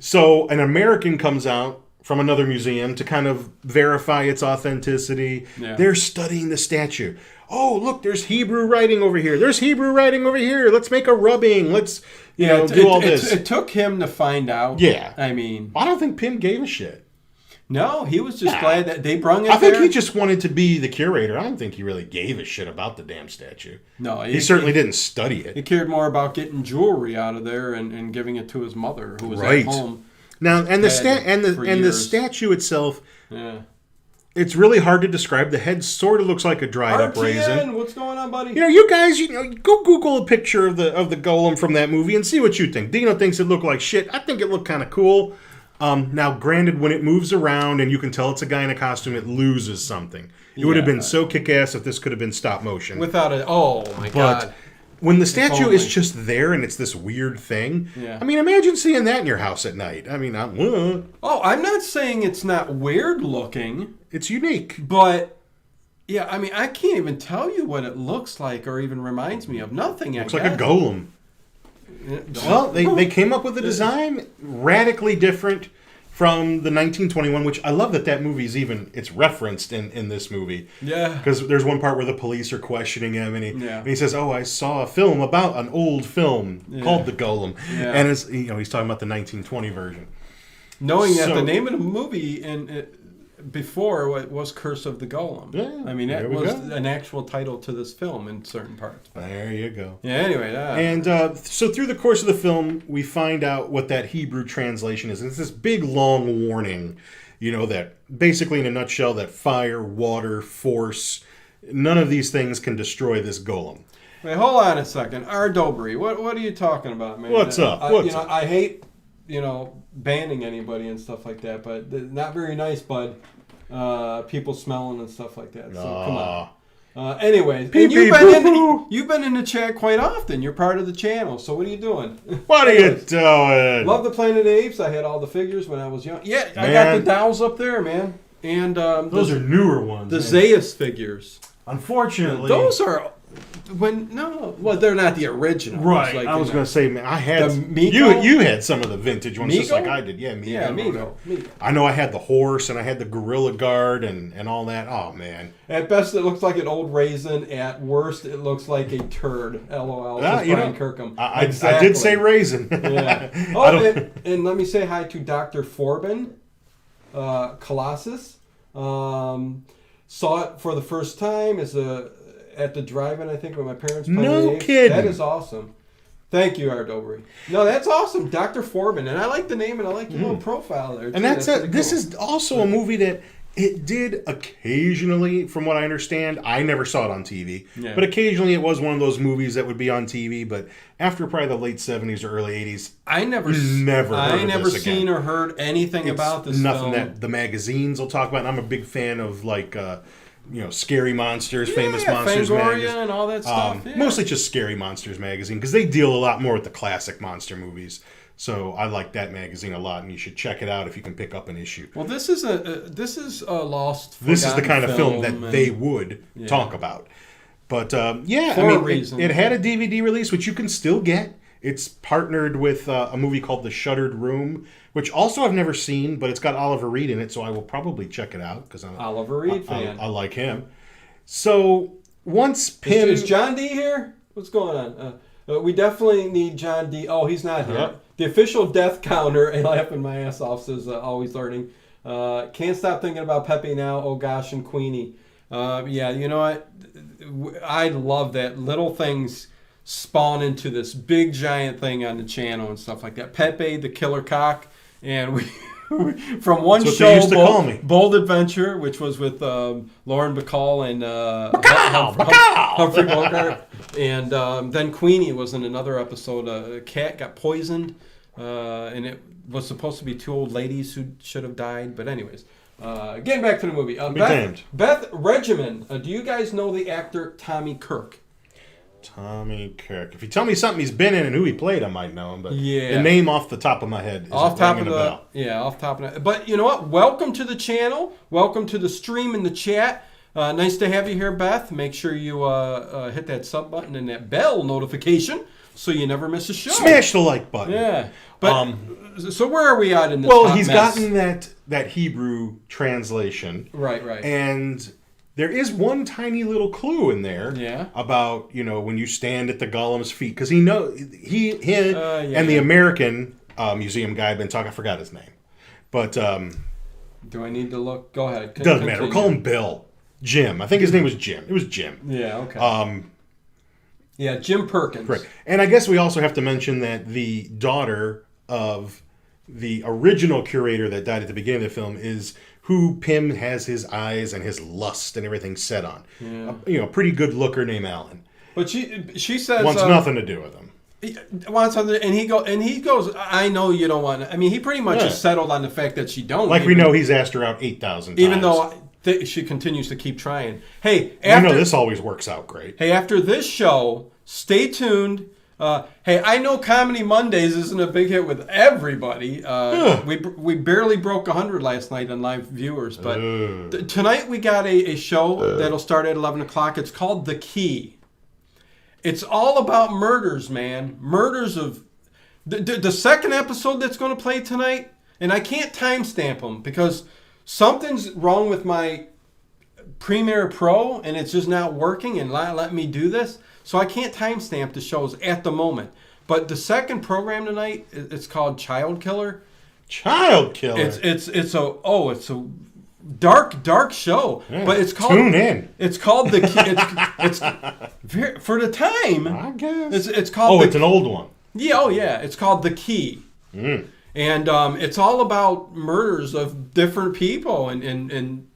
D: So an American comes out from another museum to kind of verify its authenticity.
A: Yeah.
D: They're studying the statue. Oh, look, there's Hebrew writing over here. There's Hebrew writing over here. Let's make a rubbing. Let's you know,
A: it,
D: do
A: it-
D: all
A: it-
D: this.
A: it took him to find out.
D: Yeah.
A: I mean,
D: I don't think Pym gave a shit.
A: no, he was just glad that they brung it
D: I think
A: there.
D: he just wanted to be the curator. I don't think he really gave a shit about the damn statue.
A: no,
D: He certainly didn't study it.
A: He cared more about getting jewelry out of there and, and giving it to his mother, who was
D: Right.
A: at home.
D: Now, and the
A: had
D: sta- and the
A: for
D: and the
A: years.
D: statue itself,
A: Yeah.
D: it's really hard to describe. The head sort of looks like a dried up raisin.
A: RTN, what's going on, buddy?
D: You know, you guys, you know, go Google a picture of the of the golem from that movie and see what you think. Dino thinks it looked like shit. I think it looked kind of cool. Um, now, granted, when it moves around and you can tell it's a guy in a costume, it loses something. It would have
A: Yeah.
D: been so kick ass if this could have been stop motion.
A: Without a oh my
D: but
A: god.
D: when the statue
A: only.
D: is just there and it's this weird thing,
A: Yeah.
D: I mean, imagine seeing that in your house at night. I mean, I, uh,
A: Oh, I'm not saying it's not weird looking,
D: it's unique.
A: but yeah, I mean, I can't even tell you what it looks like or even reminds me of nothing.
D: It's like a golem. Well, they, they came up with a design radically different from the 1921, which I love that that movie's even it's referenced in in this movie.
A: Yeah.
D: because there's one part where the police are questioning him, and he
A: Yeah.
D: and he says, "Oh, I saw a film about an old film called The Golem,"
A: Yeah.
D: and it's you know he's talking about the 1920 version.
A: Knowing that
D: So-
A: the name of the movie and it, before wa- was Curse of the Golem.
D: Yeah,
A: I mean, that
D: there we
A: was
D: go.
A: an actual title to this film in certain parts.
D: There you go.
A: Yeah. Anyway, that,
D: And uh, so through the course of the film, we find out what that Hebrew translation is. And it's this big, long warning, you know, that basically, in a nutshell, that fire, water, force, none of these things can destroy this golem.
A: Wait, hold on a second. Our Dobry, what what are you talking about, man? Uh,
D: What's up?
A: I,
D: What's
A: you know,
D: up?
A: I hate you know banning anybody and stuff like that, but th- not very nice, bud. Uh, people smelling and stuff like that. So come on.
D: Aw.
A: Uh, anyways, and
D: Pee-pee,
A: you've been in
D: boo-boo.
A: the, you've been in the chat quite often. You're part of the channel, so what are you doing?
D: What are you
A: Anyways,
D: doing?
A: Love the Planet of the Apes. I had all the figures when I was young. Yeah, I got
D: Man.
A: the dowels up there, man, and um,
D: Those
A: the,
D: are newer ones.
A: the
D: man.
A: Zeus figures.
D: Unfortunately,
A: Those are when no, well, they're not the original.
D: Right, I was gonna say, man, I had
A: The Mego?
D: you. You had some of the vintage ones, just
A: Mego?
D: like I did. Yeah, Mego.
A: Yeah, Migo. Migo.
D: I know I had the horse, and I had the gorilla guard, and and all that. Oh man,
A: At best, it looks like an old raisin. At worst, it looks like a turd. LOL.
D: Ah,
A: says
D: you
A: Brian
D: know,
A: Kirkham.
D: I, I, I did say raisin.
A: Yeah.
D: I
A: Oh,
D: don't-
A: and, and let me say hi to Dr. Forbin, uh, Colossus. Um, saw it for the first time as a at the drive-in, I think, with my parents. playing
D: No
A: the Apes.
D: kidding.
A: That is awesome. Thank you, Ardobri. No, that's awesome, Dr. Forbin, and I like the name and I like your little profile there. too.
D: Mm. and that's,
A: pretty
D: it. This
A: cool.
D: is also a movie that it did occasionally, from what I understand. I never saw it on TV,
A: Yeah.
D: but occasionally it was one of those movies that would be on TV. But after probably the late seventies or early eighties,
A: I never, s-
D: Never heard
A: I
D: of
A: never
D: this again.
A: seen or heard anything about this. film.
D: nothing that the magazines will talk about. And I'm a big fan of like. Uh, you know, Scary Monsters, Famous
A: Yeah,
D: Monsters
A: Fangoria
D: magazine.
A: and all that stuff.
D: Um,
A: yeah.
D: Mostly just Scary Monsters magazine because they deal a lot more with the classic monster movies. So I like that magazine a lot, and you should check it out if you can pick up an issue.
A: Well, this is a, a this is a lost.
D: this is the
A: forgotten
D: kind of film, that
A: and-
D: they would talk about. But um, yeah,
A: For
D: I
A: a
D: mean, it-
A: reason.
D: It, had a DVD release, which you can still get. It's partnered with uh, a movie called The Shuttered Room, which also I've never seen, but it's got Oliver Reed in it, so I will probably check it out because I'm
A: Oliver Reed
D: I,
A: fan.
D: I like him. So once Pim,
A: Is, is John D here? What's going on? Uh, uh, we definitely need John D. Oh, he's not here.
D: Uh-huh.
A: The official death counter, and laughing my ass off, says uh, always learning. Uh, can't stop thinking about Pepe now. Oh gosh, and Queenie. Uh, yeah, you know what? I love that little things spawn into this big giant thing on the channel and stuff like that. Pepe, the killer cock, and we. From one
D: That's what
A: show,
D: they used to
A: Bold,
D: call me.
A: Bold Adventure, which was with um, Lauren Bacall and uh, Hum- Hum- Humphrey Bogart, and um, then Queenie was in another episode. Uh, a cat got poisoned, uh, and it was supposed to be two old ladies who should have died. But anyways, uh, getting back to the movie, uh,
D: Be
A: Beth,
D: damned.
A: Beth Regimen. Uh, do you guys know the actor Tommy Kirk?
D: Tommy Kirk. If you tell me something he's been in and who he played, I might know him. But
A: Yeah.
D: the name off the top of my head is
A: off top of
D: ringing
A: the
D: a bell.
A: yeah, off top of the. But you know what? Welcome to the channel. Welcome to the stream and the chat. Uh, nice to have you here, Beth. Make sure you uh, uh, hit that sub button and that bell notification so you never miss a show.
D: Smash the like button. Um,
A: Yeah, but so where are we at in this?
D: Well,
A: hot
D: he's
A: mess?
D: gotten that that Hebrew translation,
A: right, right.
D: and there is one tiny little clue in there
A: Yeah.
D: about you know when you stand at the Golem's feet because he know he he
A: Uh, yeah,
D: and the
A: yeah.
D: American uh, museum guy been talking. I forgot his name, but um,
A: Do I need to look? Go ahead. Con-
D: doesn't matter. We'll call
A: continue.
D: him Bill, Jim. I think his name was Jim. It was Jim.
A: Yeah. Okay.
D: Um,
A: yeah, Jim Perkins.
D: Right. And I guess we also have to mention that the daughter of the original curator that died at the beginning of the film is who Pym has his eyes and his lust and everything set on. A- you know, pretty good looker named Alan.
A: But she she says
D: Wants
A: um,
D: nothing to do with him.
A: he wants something, and he go and he goes. I know you don't want. I mean, he pretty much
D: Yeah.
A: is settled on the fact that she don't.
D: Like we
A: even-
D: know he's asked her out 8,000 times.
A: even though th- she continues to keep trying. Hey,
D: I
A: after
D: know this always works out great.
A: hey after this show, stay tuned. Uh, hey, I know Comedy Mondays isn't a big hit with everybody. Uh,
D: Ugh.
A: we we barely broke 100 last night on live viewers, but th- tonight we got a, a show that'll start at 11 o'clock. It's called The Key. It's all about murders, man. Murders of the, the, the second episode that's going to play tonight, and I can't timestamp them because something's wrong with my Premiere Pro and it's just not working and not let me do this. So I can't timestamp the shows at the moment. But the second program tonight, i- it's called Child Killer.
D: Child killer.
A: It's it's it's a oh it's a dark dark show,
D: Yeah.
A: but it's called
D: Tune in.
A: It's called the Key- it's, it's ver- for the time.
D: I guess.
A: It's it's
D: oh,
A: called the
D: it's an old one.
A: yeah, oh yeah. It's called The Key.
D: Mm.
A: And um, it's all about murders of different people and, and, and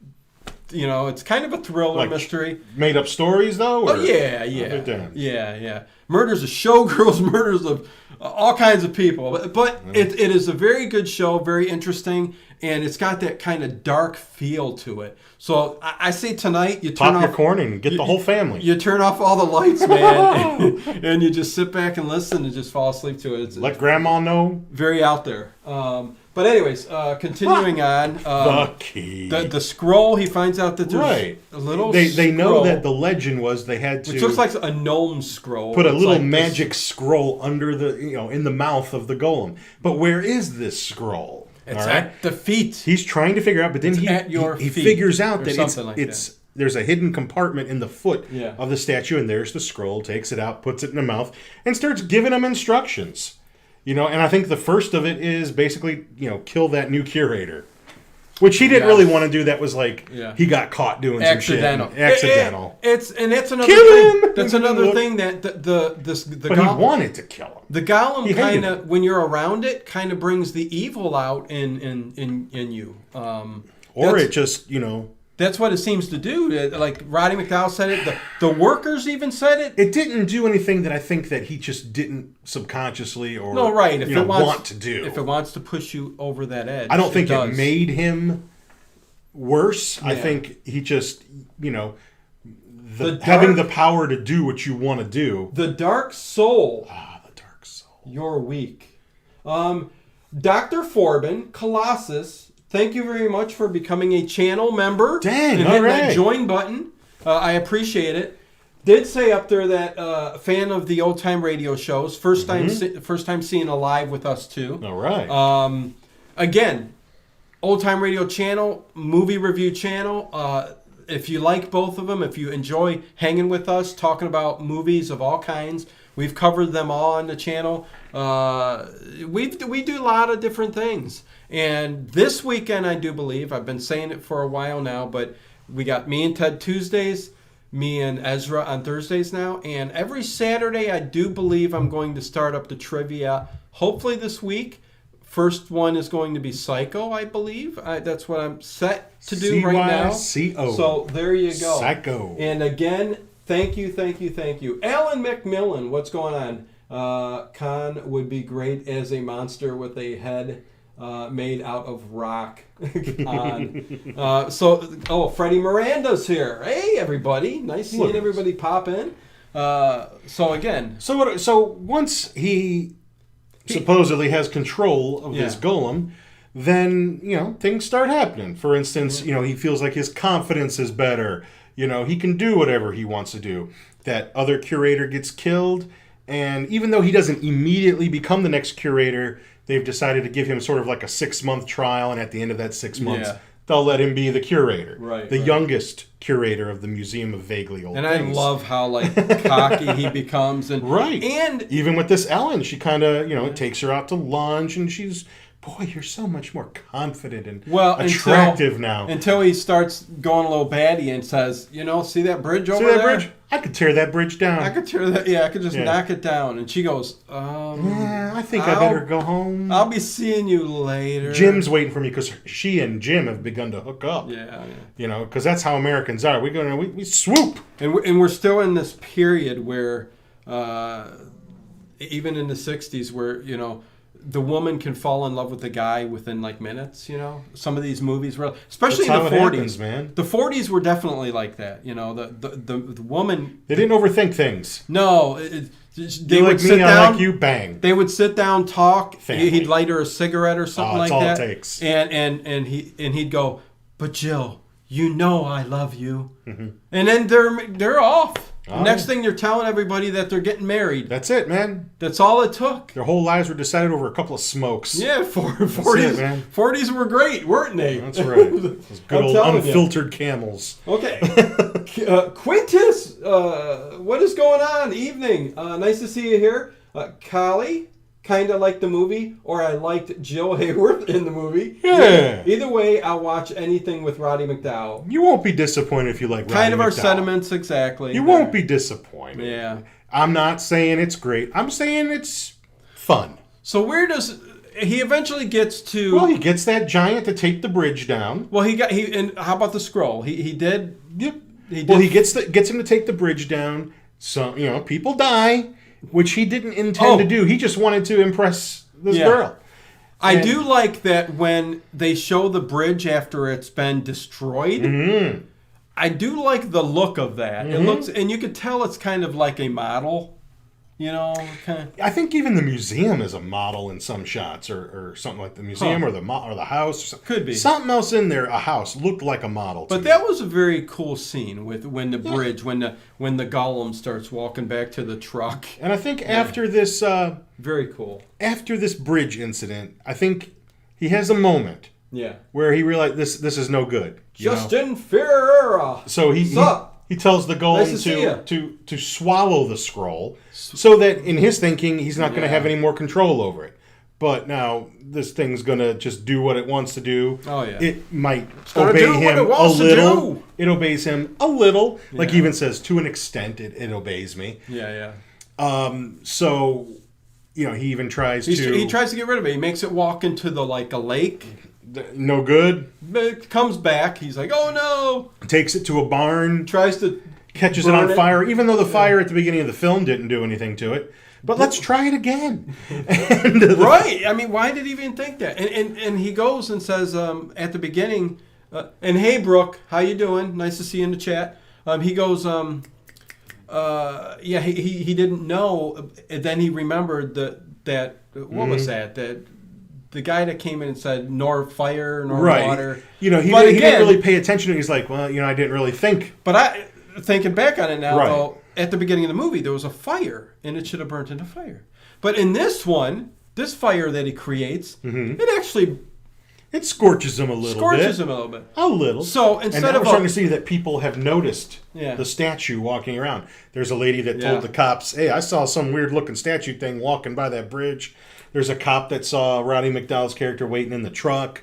A: you know, it's kind of a thriller
D: Like-
A: mystery.
D: Made up stories, though?
A: Oh
D: or-
A: yeah,
D: I'll be
A: yeah.
D: damned.
A: Yeah, yeah. Murders of showgirls, murders of uh, all kinds of people. But, but it, it is a very good show, very interesting, and it's got that kind of dark feel to it. So I, I say tonight you turn
D: Pop your
A: off
D: corn and get
A: you-
D: the whole family.
A: you turn off all the lights, man, and, you just sit back and listen and just fall asleep to it. It's,
D: Let grandma know
A: very out there. Um, but anyways, uh, continuing on,
D: the
A: um,
D: key.
A: the, the scroll he finds out that there's
D: Right.
A: a little.
D: They they know
A: scroll,
D: that the legend was they had to
A: which looks like a gnome scroll.
D: put a
A: It's
D: little
A: like this-
D: magic scroll under the you know in the mouth of the golem. But where is this scroll?
A: It's
D: All right?
A: at the feet.
D: He's trying to figure out, but then
A: It's
D: he
A: at your
D: he, he
A: feet
D: figures out
A: or
D: that it's,
A: something like
D: it's there's a hidden compartment in the foot
A: Yeah.
D: of the statue, and there's the scroll. Takes it out, puts it in the mouth, and starts giving him instructions. You know, and I think the first of it is basically you know kill that new curator, which he didn't
A: Yeah.
D: really want to do. That was like
A: Yeah.
D: he got caught doing
A: Accidental.
D: some shit. Accidental.
A: It- it- it's and that's another
D: Kill
A: thing.
D: him!
A: That's another thing that the the this, the
D: but
A: golem-
D: he wanted to kill him.
A: The golem
D: He hated
A: kind of, when you're around it, kind of brings the evil out in in in, in you. Um,
D: Or
A: that's-
D: it just, you know,
A: That's what it seems to do. That- Like Roddy McDowell said it. The, the workers even said it.
D: it didn't do anything that I think that he just didn't subconsciously or
A: No, right. If
D: you
A: it
D: know,
A: wants
D: want to do.
A: if it wants to push you over that edge,
D: I don't think it,
A: does.
D: made him worse. I
A: Yeah.
D: think he just, you know, the,
A: The
D: having the
A: dark-
D: power to do what you want to do.
A: the dark soul.
D: Ah, the dark soul.
A: You're weak. Um, Doctor Forbin Colossus. Thank you very much for becoming a channel member.
D: Dang,
A: and
D: all
A: hitting that
D: right.
A: join button. Uh, I appreciate it. Did say up there that uh, fan of the old time radio shows. 1st time, se- first time seeing a live with us too.
D: All right.
A: Um, again, old time radio channel, movie review channel. Uh, if you like both of them, if you enjoy hanging with us, talking about movies of all kinds, we've covered them all on the channel. Uh, we we do a lot of different things. And this weekend, I do believe I've been saying it for a while now, but we got me and Ted Tuesdays, me and Ezra on Thursdays now, and every Saturday, I do believe I'm going to start up the trivia. Hopefully this week. First one is going to be Psycho, I believe. I, that's what I'm set to do right now.
D: C-Y-C-O.
A: So there you go.
D: Psycho.
A: And again, thank you, thank you, thank you. Alan McMillan, what's going on? Uh, Khan would be great as a monster with a head uh, made out of rock. Khan. uh, so, oh, Freddie Miranda's here. Hey, everybody. Nice
D: Look
A: seeing
D: at us.
A: everybody pop in. Uh, so, again,
D: So what, so once he supposedly has control of this
A: Yeah.
D: golem, then you know things start happening. For instance, you know he feels like his confidence is better. You know he can do whatever he wants to do. That other curator gets killed, and even though he doesn't immediately become the next curator, they've decided to give him sort of like a six month trial, and at the end of that six months.
A: Yeah.
D: They'll let him be the curator,
A: Right,
D: the
A: right.
D: youngest curator of the Museum of Vaguely Old
A: and I
D: Things.
A: love how like cocky he becomes, and
D: Right.
A: and
D: even with this Ellen, she kind of, you know, takes her out to lunch and she's, boy, you're so much more confident and
A: Well, until-
D: attractive now.
A: Until he starts going a little batty and says, you know, see that bridge over
D: See that
A: there?
D: bridge? I could tear that bridge down.
A: I
D: I,
A: could tear that. Yeah, I could just
D: Yeah.
A: knock it down. And she goes, um,
D: I think i
A: I'll-
D: better go home.
A: I'll be seeing you later.
D: Jim's waiting for me because she and Jim have begun to hook up.
A: Yeah, yeah.
D: You know, because that's how Americans are. We're going to, we, we swoop.
A: And we're, and we're still in this period where, uh, even in the 60s, where, you know, the woman can fall in love with the guy within like minutes, you know? Some of these movies were, especially
D: That's how
A: in the
D: it
A: 40s.
D: happens, man.
A: The 40s were definitely like that, you know? The, the, the, the woman,
D: They didn't overthink things.
A: no, it, it, they
D: You
A: would
D: like
A: sit
D: me,
A: down.
D: I like you, bang.
A: They would sit down, talk.
D: Family.
A: He'd light her a cigarette or something
D: Oh,
A: like
D: it's all it
A: that.
D: takes.
A: And and and he and he'd go, but Jill, you know I love you.
D: Mm-hmm.
A: And then they're they're off.
D: Oh.
A: Next thing they're telling everybody that they're getting married.
D: That's it, man.
A: That's all it took.
D: Their whole lives were decided over a couple of smokes.
A: Yeah, for,
D: it,
A: 40s,
D: man.
A: 40s were great, weren't they?
D: That's right. Those good
A: I'm
D: old
A: telling you.
D: unfiltered camels.
A: Okay. uh, Quintus, uh, what is going on? Evening. Uh, nice to see you here. Uh, Kali, kind of liked the movie, or I liked Jill Hayworth in the movie.
D: Yeah.
A: Either way, I'll watch anything with Roddy McDowell.
D: You won't be disappointed if you like.
A: Kind
D: Roddy
A: of our
D: McDowell.
A: sentiments, exactly.
D: You won't be disappointed.
A: Yeah.
D: I'm not saying it's great. I'm saying it's fun.
A: So where does he eventually gets to?
D: Well, he gets that giant to take the bridge down.
A: well, he got he. And how about the scroll? He he did.
D: Yep.
A: He did.
D: well, he gets the gets him to take the bridge down. Some you know people die, which he didn't intend
A: Oh.
D: to do. He just wanted to impress this
A: Yeah.
D: girl.
A: I do like that when they show the bridge after it's been destroyed.
D: Mm-hmm.
A: I do like the look of that. It looks, and you could tell it's kind of like a model, you know. Kind
D: I think even the museum is a model in some shots, or, or something like the museum,
A: Huh.
D: or the mo- or the house. or some-
A: Could be.
D: something else in there. A house looked like a model. to
A: But
D: me.
A: that was a very cool scene with when the bridge, when the when the golem starts walking back to the truck.
D: and I think after this. Uh,
A: Very cool.
D: after this bridge incident, I think he has a moment
A: Yeah.
D: where he realized this this is no good. you know?
A: Justin Ferreira.
D: so he, he
A: Sup?
D: he tells the
A: Nice
D: golem
A: to see ya.
D: to, to to swallow the scroll, so that in his thinking he's not going to
A: Yeah.
D: have any more control over it. But now this thing's going to just do what it wants to do.
A: Oh, yeah.
D: it might
A: gonna
D: obey
A: do what it
D: him a
A: wants to
D: little.
A: do.
D: It obeys him a little. Like he
A: Yeah.
D: even says, to an extent, it, it obeys me.
A: yeah, yeah.
D: Um, so you know he even tries
A: He's,
D: to
A: he tries to get rid of it. He makes it walk into the like a lake.
D: th- no good.
A: But it comes back. He's like, "Oh no!"
D: takes it to a barn,
A: Tries to
D: catches
A: Burn
D: it on
A: it.
D: fire, even though the fire at the beginning of the film didn't do anything to it. But let's try it again. And the-
A: right. I mean, why did he even think that? And and, and he goes and says um, at the beginning, uh, and hey, Brooke, how you doing? Nice to see you in the chat. Um, he goes, um, uh, yeah, he, he, he didn't know. And then he remembered that that what
D: Mm-hmm.
A: was that that the guy that came in and said nor fire nor
D: right.
A: water.
D: You know, he,
A: But
D: didn't- he
A: again-
D: didn't really pay attention. He's like, well, you know, I didn't really think.
A: But I thinking back on it now
D: Right.
A: though, at the beginning of the movie, there was a fire, and it should have burnt into fire. But in this one, this fire that he creates, it actually
D: It scorches them a Mm-hmm. little
A: scorches
D: bit.
A: him a little bit.
D: A little.
A: So, instead
D: and now
A: of
D: we're
A: a-
D: starting to see that people have noticed
A: Yeah.
D: the statue walking around. There's a lady that
A: Yeah.
D: told the cops, "Hey, I saw some weird looking statue thing walking by that bridge." There's a cop that saw Roddy McDowell's character waiting in the truck.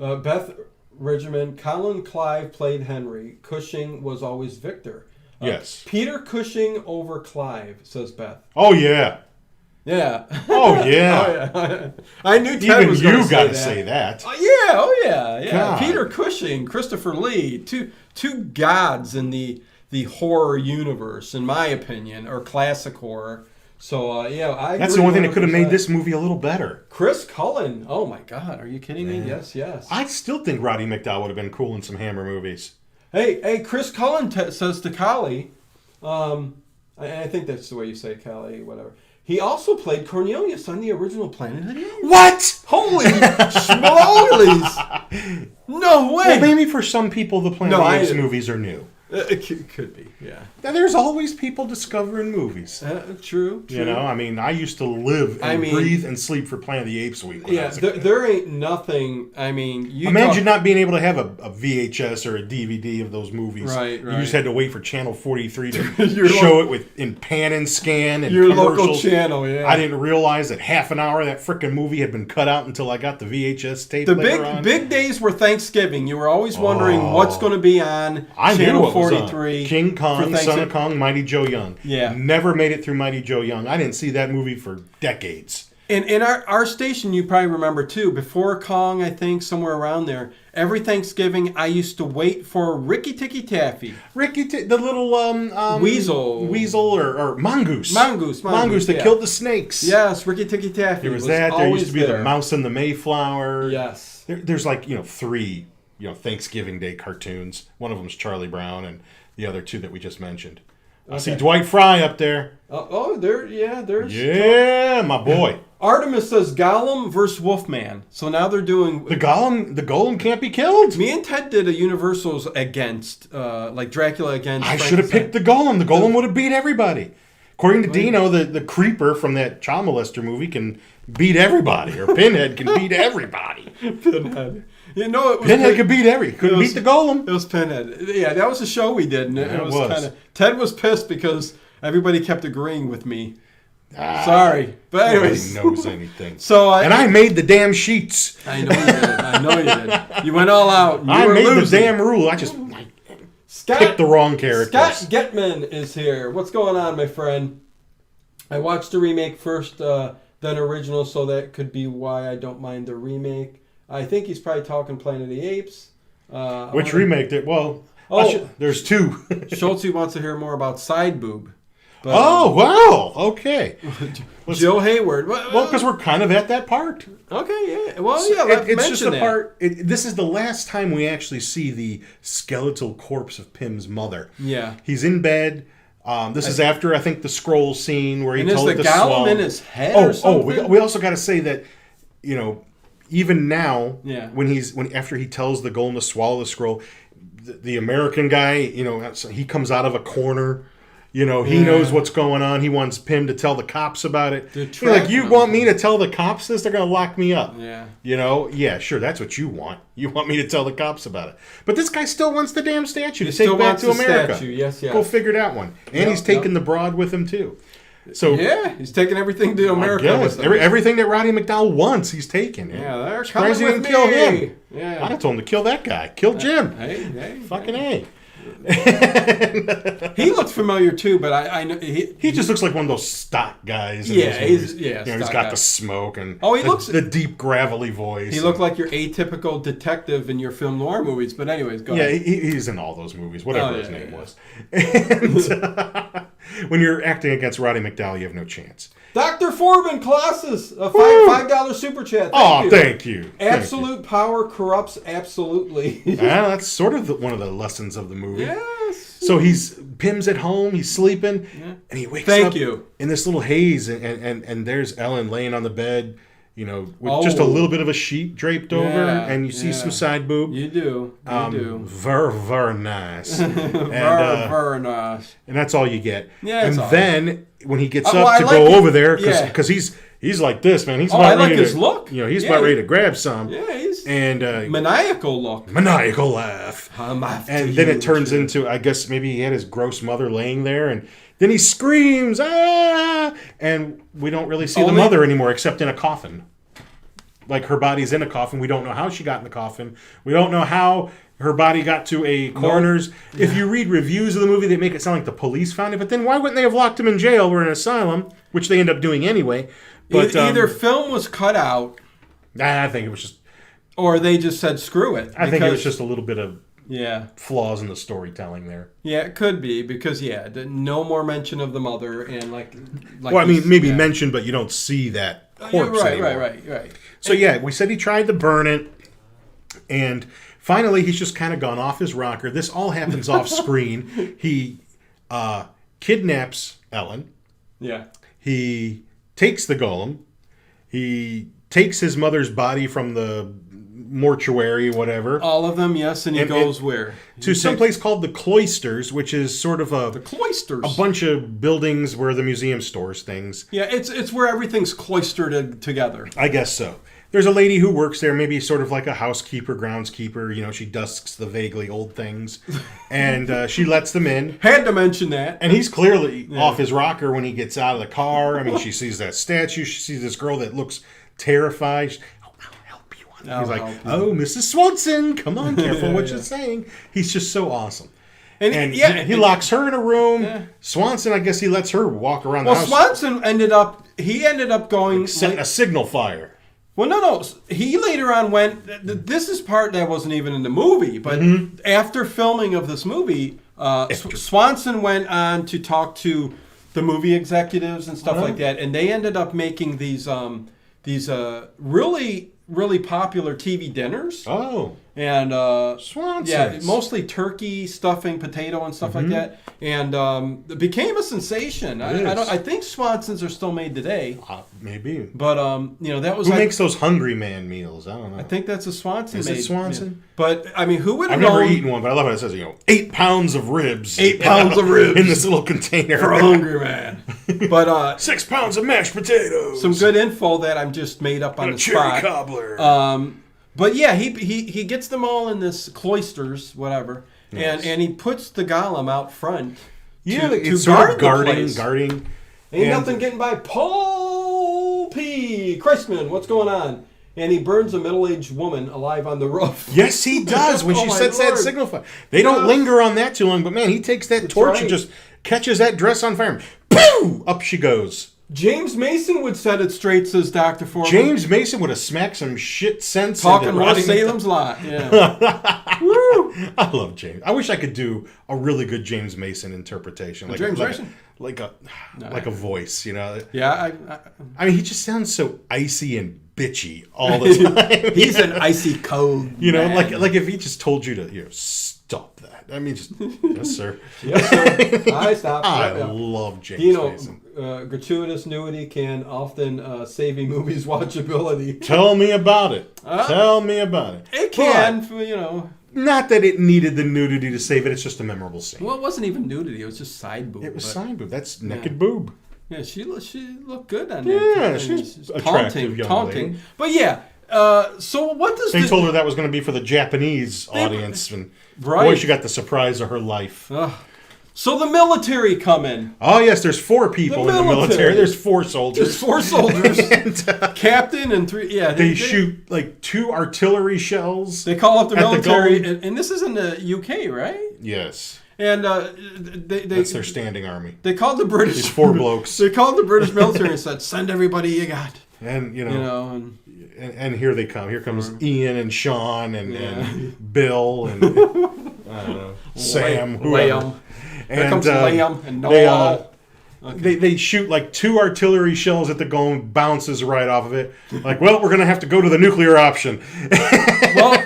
A: Uh, Beth Regiman, Colin Clive played Henry. Cushing was always Victor. Uh,
D: Yes.
A: Peter Cushing over Clive, says Beth.
D: Oh yeah.
A: Yeah.
D: Oh yeah.
A: yeah. I knew Ted
D: Even
A: was gonna
D: you got to
A: that.
D: say that.
A: Oh, yeah, oh yeah, yeah.
D: God.
A: Peter Cushing, Christopher Lee, two two gods in the the horror universe, in my opinion, or classic horror. So uh, yeah, I.
D: That's
A: agree
D: the only thing that could have made
A: 100%.
D: this movie a little better.
A: Chris Cullen. Oh my God, are you kidding me? Yes, yes.
D: I still think Roddy McDowell would have been cool in some Hammer movies.
A: Hey, hey, Chris Cullen t- says to Kali, um, I, I think that's the way you say Kali, whatever. He also played Cornelius on the original Planet of the Apes.
D: What?
A: Holy schmolies! No way!
D: Well, maybe for some people, the Planet
A: No,
D: of the
A: I-
D: Apes movies are new.
A: Uh, it c- could be, yeah.
D: Now, there's always people discovering movies.
A: Uh, true, true.
D: You know, I mean, I used to live and
A: I mean-
D: breathe and sleep for Planet of the Apes week. When I
A: yeah,
D: was a
A: there,
D: kid.
A: there ain't nothing. I mean, you
D: Imagine
A: talk-
D: not being able to have a, a VHS or a DVD of those movies.
A: Right,
D: You
A: right.
D: just had to wait for Channel 43
A: Your
D: to show
A: lo-
D: it with in pan and scan and
A: your local
D: commercials.
A: channel. Yeah,
D: I didn't realize that half an hour of that frickin' movie had been cut out until I got the VHS tape.
A: The
D: later
A: big
D: on. Oh.
A: big days were Thanksgiving. You were always wondering what's going to be on
D: I knew
A: Channel
D: what was on.
A: 43
D: King
A: for
D: Kong, Son
A: Thanksgiving.
D: of Kong, Mighty Joe Young.
A: Yeah.
D: Never made it through Mighty Joe Young. I didn't see that movie for decades.
A: And in our, our station, you probably remember too, before Kong, I think, somewhere around there, every Thanksgiving I used to wait for Ricky Ticky Taffy.
D: Ricky, T- the little um, um
A: Weasel.
D: weasel or, or mongoose,
A: Mongoose, mongoose,
D: that
A: yeah.
D: killed the snakes.
A: Yes, Ricky Ticky Taffy.
D: there was,
A: was
D: that. There used
A: always
D: to be
A: there.
D: the mouse and the Mayflower.
A: Yes.
D: There, there's like you know three you know Thanksgiving Day cartoons. One of them's Charlie Brown, and the other two that we just mentioned. I see Dwight Fry up there.
A: Oh, oh, there, yeah, there's.
D: Yeah, my boy.
A: Artemis says Gollum versus Wolfman. So now they're doing.
D: The golem, the golem can't be killed.
A: me and Ted did a Universals against, uh, like Dracula against.
D: I should have
A: Frankenstein.
D: picked the golem. The golem would have beat everybody. According to Dino, the, the creeper from that child molester movie can beat everybody, or Pinhead can beat everybody.
A: Pinhead. You know, it was.
D: Pinhead could beat every. Couldn't
A: was-
D: beat the golem.
A: It was Pinhead. Yeah, that was a show we did, and it,
D: Yeah, it
A: was,
D: was.
A: kind of. Ted was pissed because everybody kept agreeing with me.
D: Ah,
A: Sorry, but
D: nobody
A: anyways.
D: knows anything.
A: So I,
D: and I made the damn sheets.
A: I know you did. I know you did. You went all out. and You
D: I
A: were
D: made
A: losing.
D: the damn rule. I just I
A: Scott,
D: picked the wrong characters.
A: Scott Getman is here. What's going on, my friend? I watched the remake first, uh, then original, so that could be why I don't mind the remake. I think he's probably talking Planet of the Apes. Uh, I
D: Which
A: wonder-
D: remake did? Well, I
A: Oh.
D: should- there's two.
A: Schultze wants to hear more about side boob. But,
D: oh wow. Okay.
A: Joe Hayward. Well,
D: Well, because we're kind of at that part.
A: okay, yeah. Well,
D: So
A: yeah.
D: it-
A: let
D: it's just
A: mention
D: the
A: that.
D: part. It, this is the last time we actually see the skeletal corpse of Pim's mother.
A: Yeah.
D: he's in bed. Um, this is after I think the scroll scene where he
A: And is
D: told
A: the
D: it to
A: golem
D: swallow.
A: in his head
D: Oh,
A: or
D: oh,
A: something?
D: we, we also got to say that you know even now
A: Yeah.
D: when he's when after he tells the golem to swallow the scroll, the, the American guy you know so he comes out of a corner. You know, he
A: Yeah.
D: knows what's going on. He wants Pim to tell the cops about it.
A: They're
D: You're like,
A: tracking
D: you
A: him."
D: want me to tell the cops this? They're going to lock me up.
A: Yeah.
D: You know, yeah, sure, that's what you want. You want me to tell the cops about it. But this guy still wants the damn statue to take
A: still
D: back
A: wants
D: to
A: the
D: America.
A: statue, yes, yes.
D: Go figure that one. And
A: Yep,
D: he's taking the broad with him too. So
A: Yeah, he's taking everything to
D: I
A: America.
D: guess
A: with him.
D: Oh every, everything that Roddy McDowell wants, he's taking.
A: yeah, they're coming
D: Surprised he
A: with
D: didn't
A: me.
D: kill him. I'd
A: Yeah.
D: have told him to kill that guy. Kill Jim.
A: Hey, hey,
D: Fucking A.
A: he looked familiar too, but I, I know he,
D: He just looks like one of those stock guys. in
A: Yeah,
D: those
A: he's-
D: movies.
A: yeah,
D: You know, he's
A: stock
D: got
A: guy.
D: the smoke and
A: Oh, he
D: the,
A: looks-
D: the deep gravelly voice.
A: he
D: and-
A: looked like your atypical detective in your film noir movies. But anyways, go
D: Yeah,
A: ahead.
D: he, he's in all those movies, whatever
A: Oh,
D: his
A: yeah,
D: name
A: yeah.
D: was. And uh, when you're acting against Roddy McDowell, you have no chance.
A: Doctor Foreman classes a
D: Woo!
A: five five dollar super chat. Thank
D: oh,
A: you.
D: thank you. Thank you.
A: Absolute power corrupts absolutely.
D: Well, Ah, that's sort of the, one of the lessons of the movie.
A: yes.
D: So he's Pim's at home, he's sleeping, and he wakes
A: Thank
D: up
A: you.
D: in this little haze, and, and, and, and there's Ellen laying on the bed, you know, with just a
A: Oh.
D: little bit of a sheet draped over,
A: Yeah,
D: and you see some
A: yeah.
D: side boob.
A: You do. You
D: um,
A: do.
D: Ver, ver nice. and,
A: Very,
D: uh,
A: very nice.
D: and that's all you get.
A: Yeah,
D: and
A: it's all
D: then when he gets
A: Uh,
D: up
A: well, I
D: to
A: like
D: go
A: his-
D: over there,
A: yeah.
D: because he's he's like this, man. He's
A: Oh,
D: about
A: I like
D: ready
A: his
D: to,
A: look.
D: You know, he's
A: Yeah,
D: about
A: he-
D: ready to grab some.
A: Yeah, he's
D: And uh,
A: maniacal look.
D: maniacal laugh.
A: I'm after
D: And then
A: you, E,
D: it turns
A: Jim.
D: into, I guess maybe he had his gross mother laying there, and then he screams, ah! And we don't really see the
A: Only-
D: mother anymore, except in a coffin. Like her body's in a coffin. We don't know how she got in the coffin. We don't know how her body got to a coroner's. If you read reviews of the movie, they make it sound like the police found it. But then why wouldn't they have locked him in jail or an asylum, which they end up doing anyway? But
A: Eith- E- either
D: um,
A: film was cut out
D: I think it was just.
A: or they just said screw it.
D: I think it was
A: because-
D: just a little bit of
A: yeah,
D: flaws in the storytelling there.
A: yeah, it could be because yeah, the, no more mention of the mother and like, like
D: Well, I
A: you
D: mean,
A: s-
D: maybe
A: yeah.
D: mentioned, but you don't see that
A: Yeah,
D: corpse
A: right,
D: anymore.
A: right, right, right.
D: So yeah, we said he tried to burn it, and finally he's just kind of gone off his rocker. This all happens off screen. He uh, kidnaps Ellen.
A: Yeah,
D: He takes the golem. He takes his mother's body from the mortuary, whatever,
A: all of them. Yes, and he
D: And-
A: goes where
D: to someplace called the cloisters, which is sort of a
A: cloisters.
D: a bunch of buildings where the museum stores things.
A: yeah, it's it's where everything's cloistered to- together.
D: I guess so. There's a lady who works there, maybe sort of like a housekeeper, groundskeeper. You know, she dusks the vaguely old things, and uh, she lets them in.
A: Had to mention that.
D: And he's clearly off his rocker when he gets out of the car. I mean, she sees that statue. She sees this girl that looks terrified. She's, oh, I'll help you.
A: I'll
D: he's like,
A: help you.
D: oh, Mrs. Swanson, come on, careful what you're saying. He's just so awesome.
A: And,
D: And
A: yeah,
D: he, he locks her in a room. Swanson, I guess he lets her walk around
A: Well,
D: the house,
A: Swanson ended up. He ended up going.
D: setting a signal fire.
A: Well, no, no. He later on went. th- th- This is part that wasn't even in the movie, but
D: Mm-hmm.
A: after filming of this movie, uh, S- Swanson went on to talk to the movie executives and stuff
D: Mm-hmm.
A: like that, and they ended up making these um, these uh, really really popular TV dinners
D: Oh,
A: and uh,
D: Swanson.
A: yeah, mostly turkey stuffing, potato, and stuff like that, and um, it became a sensation. I,
D: Mm-hmm. It
A: I,
D: is.
A: don't, I think Swansons are still made today,
D: Uh, maybe.
A: but um, you know that was
D: Who
A: like,
D: makes those Hungry Man meals? I don't know. I,
A: I think that's a Swanson.
D: Is it
A: made-
D: Swanson?
A: yeah. But I mean, who would have
D: have never
A: known
D: eaten one, but I love how it says, you know, eight pounds of ribs.
A: Eight pounds of ribs.
D: In this little container.
A: for a hungry man? but uh,
D: Six pounds of mashed potatoes.
A: some good info that I'm just made up on
D: and a
A: the
D: cherry
A: spot.
D: cobbler.
A: Um, but yeah, he, he he gets them all in this cloisters, whatever,
D: Yes.
A: and and he puts the golem out front.
D: yeah,
A: to,
D: it's
A: to
D: sort of
A: guard the
D: guarding,
A: place.
D: guarding.
A: Ain't
D: And-
A: nothing getting by Paul P. Christman. What's going on? And he burns a middle-aged woman alive on the roof.
D: Yes, he does. When
A: Oh
D: she
A: my
D: sets that
A: Lord.
D: signal fire, they don't
A: Yeah.
D: linger on that too long. But man, he takes that torch
A: right.
D: and just catches that dress on fire. Pooh! Up she goes.
A: James Mason would set it straight, says Doctor Foreman.
D: James Mason would have smacked some shit sense.
A: talking
D: into
A: more
D: rotting-
A: Salem's Lot. Yeah. Woo!
D: I love James. I wish I could do a really good James Mason interpretation, like
A: James
D: like
A: Mason?
D: a, like a like a voice. You know,
A: Yeah, I, I,
D: I mean, he just sounds so icy and bitchy all the time.
A: he's an icy cold.
D: you know,
A: man.
D: like like if he just told you to, you know, stop that. I mean, just yes, sir.
A: yes, sir. I stop.
D: I
A: Yeah, yeah.
D: love James
A: You know,
D: Mason.
A: uh, gratuitous nudity can often uh, save a movie's watchability.
D: Tell me about it. Tell me about it.
A: Uh, It
D: But
A: can, for, you know.
D: not that it needed the nudity to save it. It's just a memorable scene.
A: Well, it wasn't even nudity; it was just side boob.
D: it was
A: but-
D: sign boob. That's naked boob.
A: Yeah, she lo- she looked good on that.
D: Yeah,
A: I mean,
D: she's attractive young
A: taunting.
D: lady.
A: But yeah, uh, so what does
D: They
A: this?
D: told her that was going to be for the Japanese audience, and boy,
A: Right.
D: she got the surprise of her life.
A: Ugh. so the military come in.
D: Oh yes, there's four people
A: The
D: in the military.
A: military.
D: There's four soldiers.
A: There's four soldiers,
D: and, uh,
A: captain, and three. Yeah,
D: they shoot like two artillery shells.
A: They call up the
D: At the
A: military,
D: goal.
A: and, and this is in the UK, right?
D: Yes,
A: And uh, they they,
D: that's their standing army.
A: they called the British.
D: These four blokes,
A: They called the British military and said, "Send everybody you got."
D: and you know,
A: You know, and
D: And, and here they come. Here comes Ian and Sean and, and
A: Yeah.
D: Bill and I don't know, Sam, whoever.
A: Liam.
D: And
A: Here comes
D: uh,
A: Liam and Noel.
D: they, uh, They, they shoot like two artillery shells at the gong, bounces right off of it. Like, well, we're gonna have to go to the nuclear option.
A: well,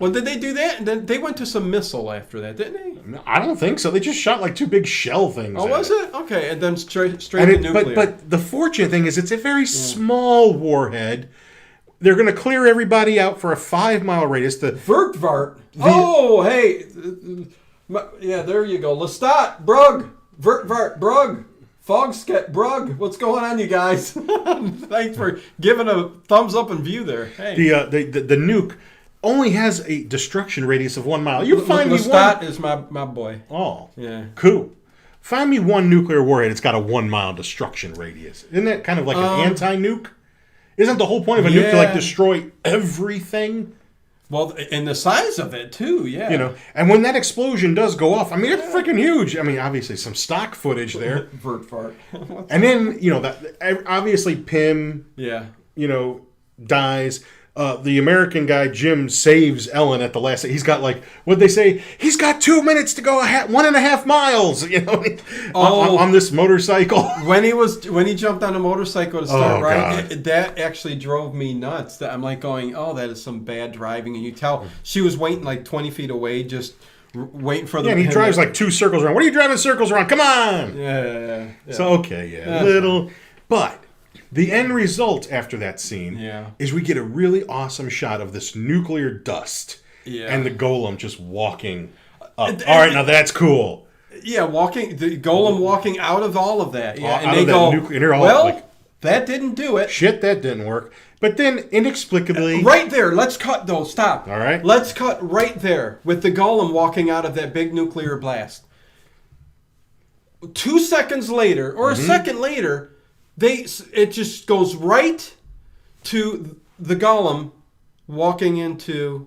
A: Well, did they do that? Then they went to some missile after that, didn't they?
D: No, I don't think so. They just shot like two big shell things.
A: Oh,
D: at
A: was it? Okay, and then straight straight
D: And
A: to
D: it, but
A: nuclear.
D: but the fortunate thing is it's a very small warhead. They're going to clear everybody out for a five mile radius. The
A: Vertvart. Oh, hey, m- yeah, there you go. Lestat, Brug, Vertvart, Brug, Fogsket, Brug. What's going on, you guys? Thanks for giving a thumbs up and view there. Hey,
D: the, uh, the the the nuke only has a destruction radius of one mile. You
A: L-
D: find me
A: Lestat
D: one.
A: is my my boy.
D: Oh,
A: Yeah.
D: Cool. Find me one nuclear warhead that's got a one mile destruction radius. Isn't that kind of like an anti nuke? Isn't the whole point of a nuke to like
A: Um, yeah.
D: destroy everything?
A: Well, and the size of it too. Yeah,
D: You know, and when that explosion does go off, I mean, it's freaking huge. I mean, obviously, some stock footage there.
A: Vertvart.
D: And then you know that obviously Pim,
A: yeah.
D: you know, dies. Uh, the American guy Jim saves Ellen at the last. He's got like what they say. He's got two minutes to go. A ha- one and a half miles. You know, on-
A: Oh.
D: on, on this motorcycle.
A: When he was when he jumped on a motorcycle to start
D: Oh,
A: riding,
D: God.
A: it- that actually drove me nuts. That I'm like going, oh, that is some bad driving, and you tell she was waiting like 20 feet away, just r- waiting for the.
D: Yeah, and he
A: him
D: drives
A: to-
D: like two circles around. What are you driving circles around? Come on.
A: Yeah, yeah, yeah, yeah.
D: So okay, yeah, little, but the end result after that scene
A: Yeah.
D: is we get a really awesome shot of this nuclear dust
A: Yeah.
D: and the golem just walking up.
A: and-
D: All right, now that's cool.
A: yeah, walking the golem walking out of all of that. Yeah,
D: Out
A: and
D: of
A: they
D: that
A: go,
D: nuclear- and they're all
A: well,
D: like-
A: that didn't do it.
D: Shit, that didn't work. But then inexplicably,
A: Uh, Right there, let's cut though. Stop.
D: All right.
A: Let's cut right there with the golem walking out of that big nuclear blast. Two seconds later, or
D: Mm-hmm.
A: a second later, they it just goes right to the golem walking into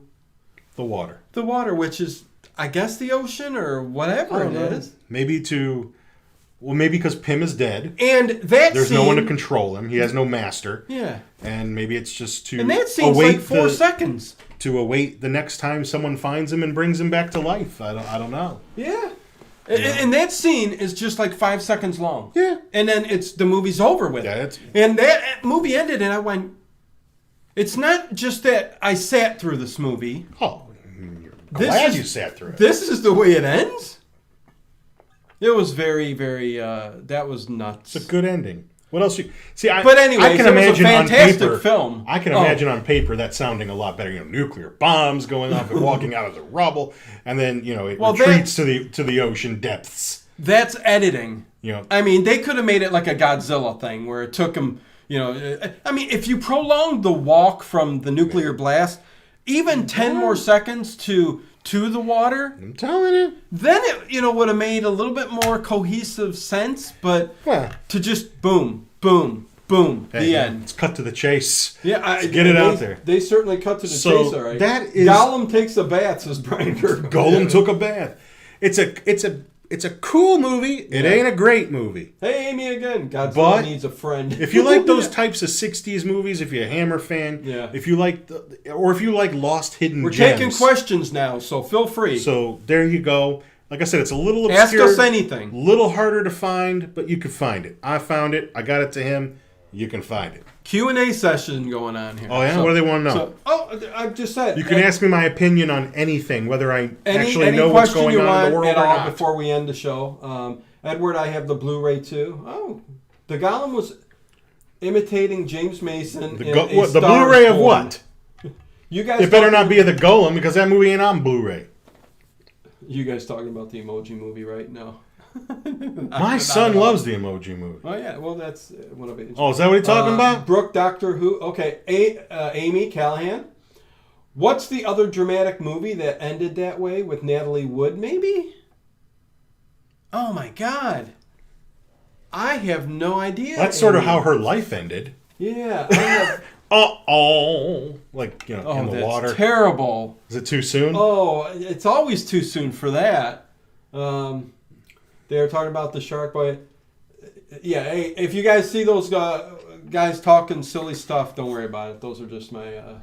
D: the water.
A: the water, which is I guess the ocean or whatever it is.
D: Maybe to, well, maybe because Pym is dead.
A: And that
D: There's
A: scene,
D: no one to control him. He has no master.
A: Yeah.
D: And maybe it's just to
A: And that seems like four
D: the-
A: seconds.
D: to await the next time someone finds him and brings him back to life. I don't, I don't know.
A: Yeah. And, and that scene is just like five seconds long.
D: Yeah.
A: And then it's the movie's over with.
D: Yeah,
A: it.
D: it's-
A: And that movie ended, and I went. It's not just that I sat through this movie.
D: Oh, you're
A: This
D: glad
A: is-
D: you sat through it.
A: This is the way it ends. It was very, very. Uh, that was nuts.
D: It's a good ending. What else? You see? I,
A: But anyways,
D: I can
A: it was a
D: imagine
A: fantastic
D: on paper,
A: film.
D: I can
A: Oh.
D: imagine on paper that sounding a lot better. You know, nuclear bombs going off and walking out of the rubble, and then you know it
A: Well,
D: retreats to the to the ocean depths.
A: That's editing.
D: You know,
A: I mean, they could have made it like a Godzilla thing where it took them, you know. uh, I mean, if you prolonged the walk from the nuclear blast, even 10 more seconds to to the water,
D: I'm telling you.
A: then it, you know, would have made a little bit more cohesive sense, but
D: Well.
A: to just boom, boom, boom,
D: Hey,
A: the
D: yeah,
A: end.
D: Let's cut to the chase.
A: Yeah, I,
D: Let's get it
A: they-
D: out there.
A: They certainly cut to the
D: So,
A: chase, all right.
D: that is-
A: Gollum takes a bath, says Brian Kirk.
D: Golem took a bath. It's a it's a it's a cool movie. It ain't a great movie.
A: Hey, Amy again. Godzilla
D: But-
A: needs a friend.
D: If you like those types of '60s movies, if you're a Hammer fan,
A: Yeah.
D: If you like, the, or if you like Lost Hidden
A: we're
D: Gems,
A: taking questions now, so feel free.
D: So there you go. Like I said, it's a little
A: Ask
D: obscure,
A: us anything.
D: Little harder to find, but you can find it. I found it. I got it to him. You can find it.
A: Q and A session going on here.
D: Oh yeah, what do they want to know?
A: So, oh, I just said
D: you can ask me my opinion on anything, whether I
A: any,
D: actually
A: any
D: know what's
A: question
D: going
A: you
D: on
A: want
D: in the world
A: at
D: or
A: all
D: not.
A: before we end the show. Um, Edward, I have the Blu-ray too. Oh, the Gollum was imitating James Mason.
D: the
A: in
D: go-
A: A
D: what, the
A: Star is
D: Blu-ray of
A: Born.
D: what?
A: You guys
D: It better
A: talking-
D: not be the Golem because that movie ain't on Blu-ray.
A: You guys talking about the Emoji Movie right now?
D: My son loves the Emoji Movie.
A: Oh yeah, well that's uh, one of it.
D: Oh, is that what he's talking
A: Uh,
D: about?
A: Um, Brooke Doctor Who. Okay, a- uh, Amy Callahan. What's the other dramatic movie that ended that way with Natalie Wood? Maybe. Oh my God. I have no idea.
D: That's sort of
A: Amy.
D: how her life ended.
A: Yeah. I have-
D: Uh oh, like you know,
A: oh,
D: in the
A: that's
D: water.
A: terrible.
D: is it too soon?
A: Oh, it's always too soon for that. Um, they were talking about the shark boy. Yeah, hey, if you guys see those uh, guys talking silly stuff, don't worry about it. Those are just my uh,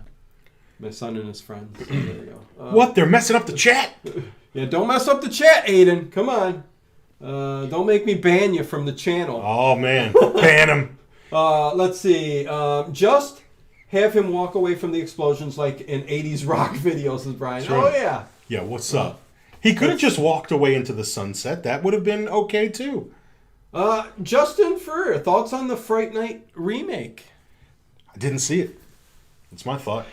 A: my son and his friends. So there you go. Um,
D: what? They're messing up the chat.
A: Yeah, don't mess up the chat, Aiden. Come on. Uh, don't make me ban you from the channel.
D: Oh man, ban him.
A: Uh, let's see. Um, just have him walk away from the explosions like in 80s rock videos with Brian.
D: Sure.
A: Oh, yeah.
D: Yeah, what's up? He could have just walked away into the sunset. That would have been okay too.
A: Uh, Justin Furrier, thoughts on the Fright Night remake?
D: I didn't see it. It's my thought.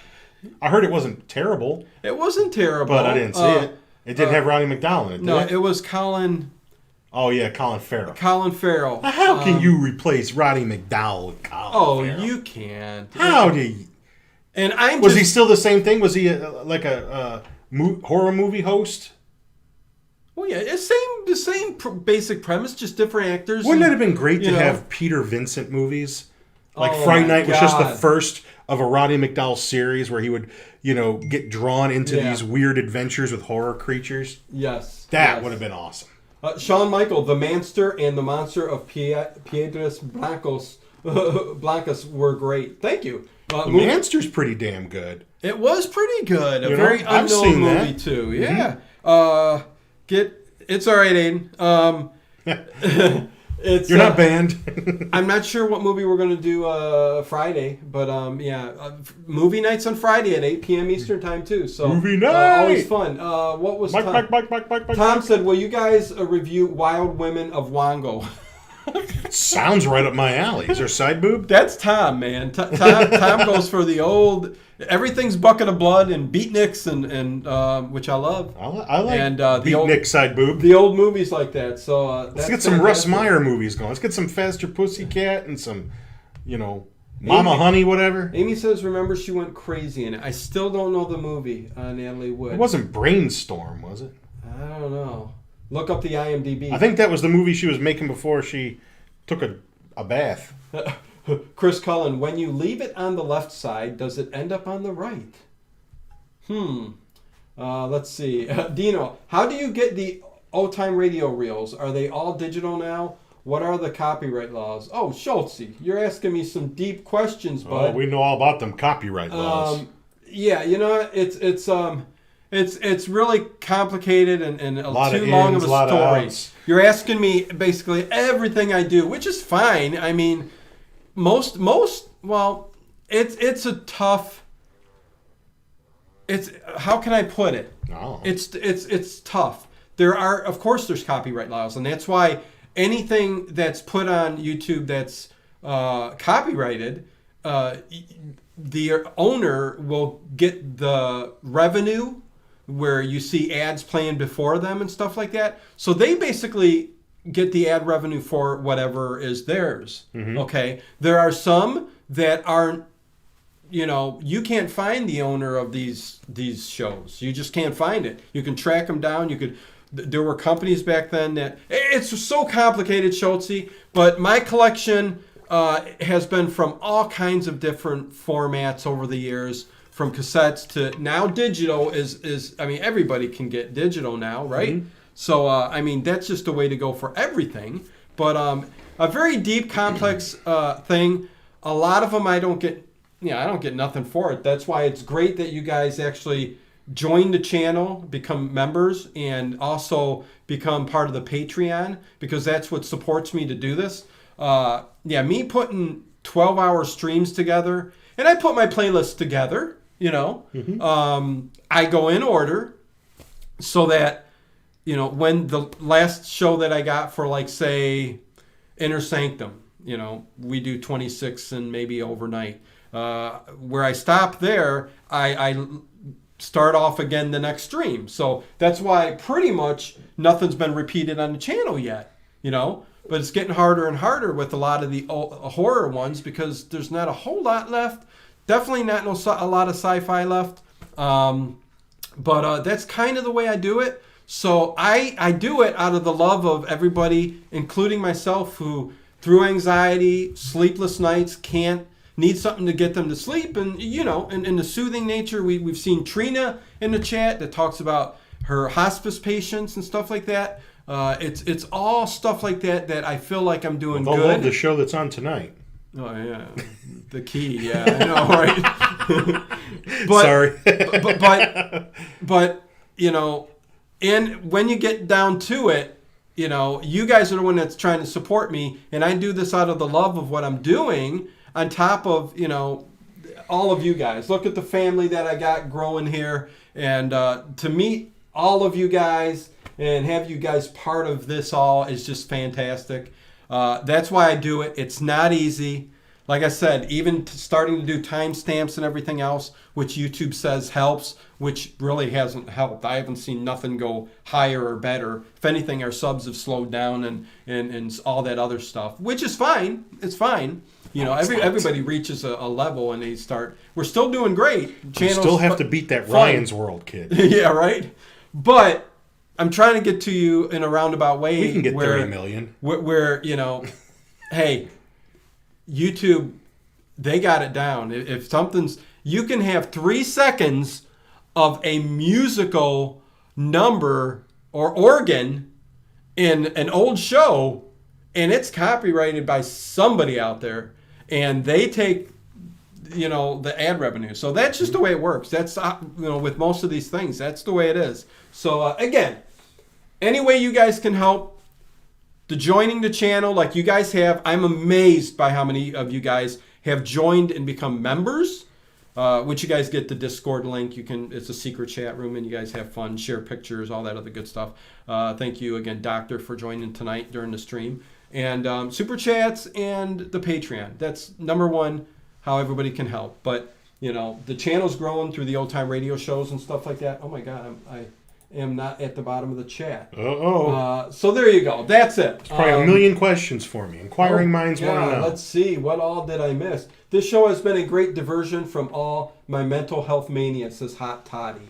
D: I heard it wasn't terrible,
A: It wasn't terrible.
D: but I didn't see
A: Uh,
D: it. It didn't have Ronnie McDowell in it, did
A: No,
D: it?
A: it was Colin
D: Oh yeah, Colin Farrell.
A: Colin Farrell.
D: How can you replace Roddy McDowell with
A: um,
D: Ah, Colin?
A: Oh,
D: Farrell?
A: you can't.
D: How do you?
A: And I'm
D: Was he
A: just,
D: still the same thing? Was he uh like a uh, mo- horror movie host?
A: well, yeah, it's same the same pr- basic premise, just different actors.
D: Wouldn't it
A: and-
D: have been great to
A: you know.
D: have Peter Vincent movies? Like
A: Oh
D: Friday
A: my
D: Night was just the
A: God.
D: first of a Roddy McDowell series where he would, you know, get drawn into
A: Yeah.
D: these weird adventures with horror creatures.
A: Yes,
D: That
A: yes.
D: would have been awesome.
A: Uh, Shawn Michael, the Manster, and the Monster of Pie- Piedras Blancos, Blancas were great. Thank you. Uh,
D: The
A: movie-
D: Manster's pretty damn good.
A: It was pretty good. A
D: You know,
A: very
D: I've
A: unknown
D: seen that. Mm-hmm.
A: movie too. Yeah. Uh, get it's all right, Aiden. Um, it's
D: You're
A: uh,
D: not banned.
A: I'm not sure what movie we're gonna do uh, Friday, but um, yeah, uh, f- movie nights on Friday at 8 p.m. Eastern time too. So
D: Movie
A: uh, always
D: night!
A: fun. Uh, what was
D: Mike,
A: Tom?
D: Mike, Mike, Mike, Mike, Mike.
A: Tom said, "Will you guys uh, review Wild Women of Wango?"
D: Sounds right up my alley. Is there side boob?
A: That's Tom, man. T- Tom, Tom goes for the old. Everything's bucket of blood and beatniks and and um, which I love.
D: I, li- I like
A: And, uh, the
D: Beatnik
A: old-
D: side boob.
A: the old movies like that. So uh,
D: Let's
A: that's
D: get some Russ
A: fantastic.
D: Meyer movies going. Let's get some Faster Pussycat and some, you know, Mama Honey, whatever.
A: Amy says, "Remember, she went crazy in it." I still don't know the movie. Uh, Natalie Wood.
D: It wasn't Brainstorm, was it?
A: I don't know. Look up the IMDb.
D: I think that was the movie she was making before she took a, a bath.
A: think Chris Cullen. When you leave it on the left side, does it end up on the right? Hmm. Uh, let's see. Dino, how do you get the old time radio reels? Are they all digital now? What are the copyright laws? Oh, Schultzy, you're asking me some deep questions, bud.
D: oh, we know all about them copyright laws.
A: Um, yeah, you know, it's it's um, it's it's really complicated and, and a
D: Lot
A: too
D: of
A: long
D: ins,
A: of a
D: lot of
A: story.
D: outs.
A: You're asking me basically everything I do, which is fine. I mean, most most well, it's it's a tough. It's how can I put it?
D: oh.
A: It's it's it's tough. There are of course there's copyright laws, and that's why anything that's put on YouTube that's uh, copyrighted, uh, y- the owner will get the revenue where you see ads playing before them and stuff like that. So they basically get the ad revenue for whatever is theirs. Okay, there are some that aren't you know you can't find the owner of these these shows you just can't find it you can track them down you could th- there were companies back then that it's so complicated schultze but my collection uh, has been from all kinds of different formats over the years from cassettes to now digital is is i mean everybody can get digital now right so uh, i mean that's just the way to go for everything but um, a very deep complex uh, thing a lot of them i don't get yeah, I don't get nothing for it. That's why it's great that you guys actually join the channel, become members, and also become part of the Patreon because that's what supports me to do this. Uh, yeah, me putting 12 hour streams together, and I put my playlists together, you know, um, I go in order so that you know when the last show that I got for like say Inner Sanctum, you know we do 26 and maybe overnight. Uh, where I stop there, I, I start off again the next stream. So that's why pretty much nothing's been repeated on the channel yet. You know, but it's getting harder and harder with a lot of the o- uh, horror ones because there's not a whole lot left. Definitely not no sci- a lot of sci-fi left. Um, but uh, that's kind of the way I do it. So I I do it out of the love of everybody, including myself, who through anxiety, sleepless nights, can't need something to get them to sleep, and you know, and, and the soothing nature. We we've seen Trina in the chat that talks about her hospice patients and stuff like that. Uh, it's it's all stuff like that that I feel like I'm doing
D: They'll
A: good.
D: love the show that's on tonight.
A: Oh yeah, the key. Yeah, I know, right? but,
D: Sorry.
A: but, but- but but you know, and when you get down to it, you know, you guys are the one that's trying to support me, and I do this out of the love of what I'm doing. On top of you know, all of you guys. Look at the family that I got growing here, and uh, to meet all of you guys and have you guys part of this all is just fantastic. Uh, that's why I do it. It's not easy. Like I said, even t- starting to do timestamps and everything else, which YouTube says helps, which really hasn't helped. I haven't seen nothing go higher or better. If anything, our subs have slowed down and, and, and s- all that other stuff, which is fine. It's fine. You know, every, everybody reaches a, a level and they start. We're still doing great.
D: You
A: Channels
D: still have
A: fu-
D: to beat that
A: fun.
D: Ryan's World kid.
A: yeah, right. But I'm trying to get to you in a roundabout way.
D: We can get
A: where,
D: 30 million.
A: Where, where, you know, hey, YouTube, they got it down. If, if something's, you can have three seconds of a musical number or organ in an old show, and it's copyrighted by somebody out there, and they take you know the ad revenue. So that's just the way it works. That's uh, you know with most of these things, that's the way it is. So uh, again, any way you guys can help the joining the channel like you guys have, I'm amazed by how many of you guys have joined and become members. Uh, which you guys get the Discord link. You can it's a secret chat room, and you guys have fun, share pictures, all that other good stuff. Uh, thank you again, Doctor, for joining tonight during the stream, and um, super chats and the Patreon. That's number one how everybody can help. But you know, the channel's growing through the old time radio shows and stuff like that. Oh my God, I'm, I am not at the bottom of the chat.
D: Uh-oh.
A: Uh, so there you go. That's it.
D: Probably
A: Um, oh,
D: a million questions for me. Inquiring minds want
A: Uh, yeah,
D: to know.
A: Let's see what all did I miss. This show has been a great diversion from all my mental health mania. Says Hot Toddy.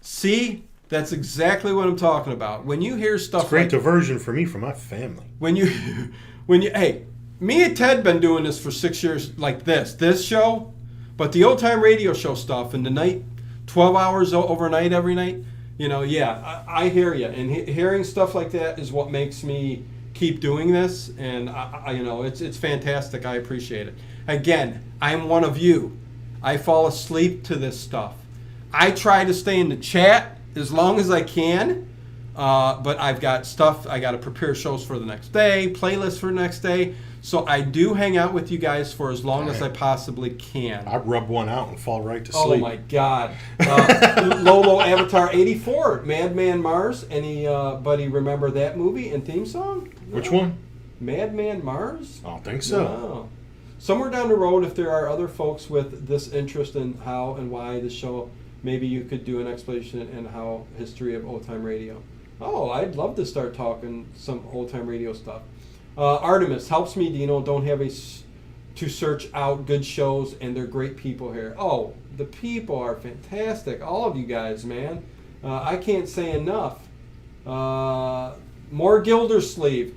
A: See, that's exactly what I'm talking about. When you hear stuff
D: Great
A: like
D: diversion for me from my family.
A: when you when you hey me and ted been doing this for six years like this this show but the old time radio show stuff and the night 12 hours o- overnight every night you know yeah i, I hear you and he, hearing stuff like that is what makes me keep doing this and I, I you know it's it's fantastic i appreciate it again i'm one of you i fall asleep to this stuff i try to stay in the chat as long as i can uh, but I've got stuff. I got to prepare shows for the next day, playlists for the next day. So I do hang out with you guys for as long as I possibly can.
D: I rub one out and fall right to
A: oh
D: sleep.
A: my God, uh, Lolo Avatar '84, Madman Mars. Anybody remember that movie and theme song?
D: Which one?
A: Madman Mars.
D: I don't think so.
A: Oh. Somewhere down the road, if there are other folks with this interest in how and why the show, maybe you could do an explanation in how history of old time radio. Oh, I'd love to start talking some old time radio stuff. Uh, Artemis helps me, Dino. Don't have a s- to search out good shows, and they're great people here. Oh, the people are fantastic. All of you guys, man. Uh, I can't say enough. Uh, more Gildersleeve.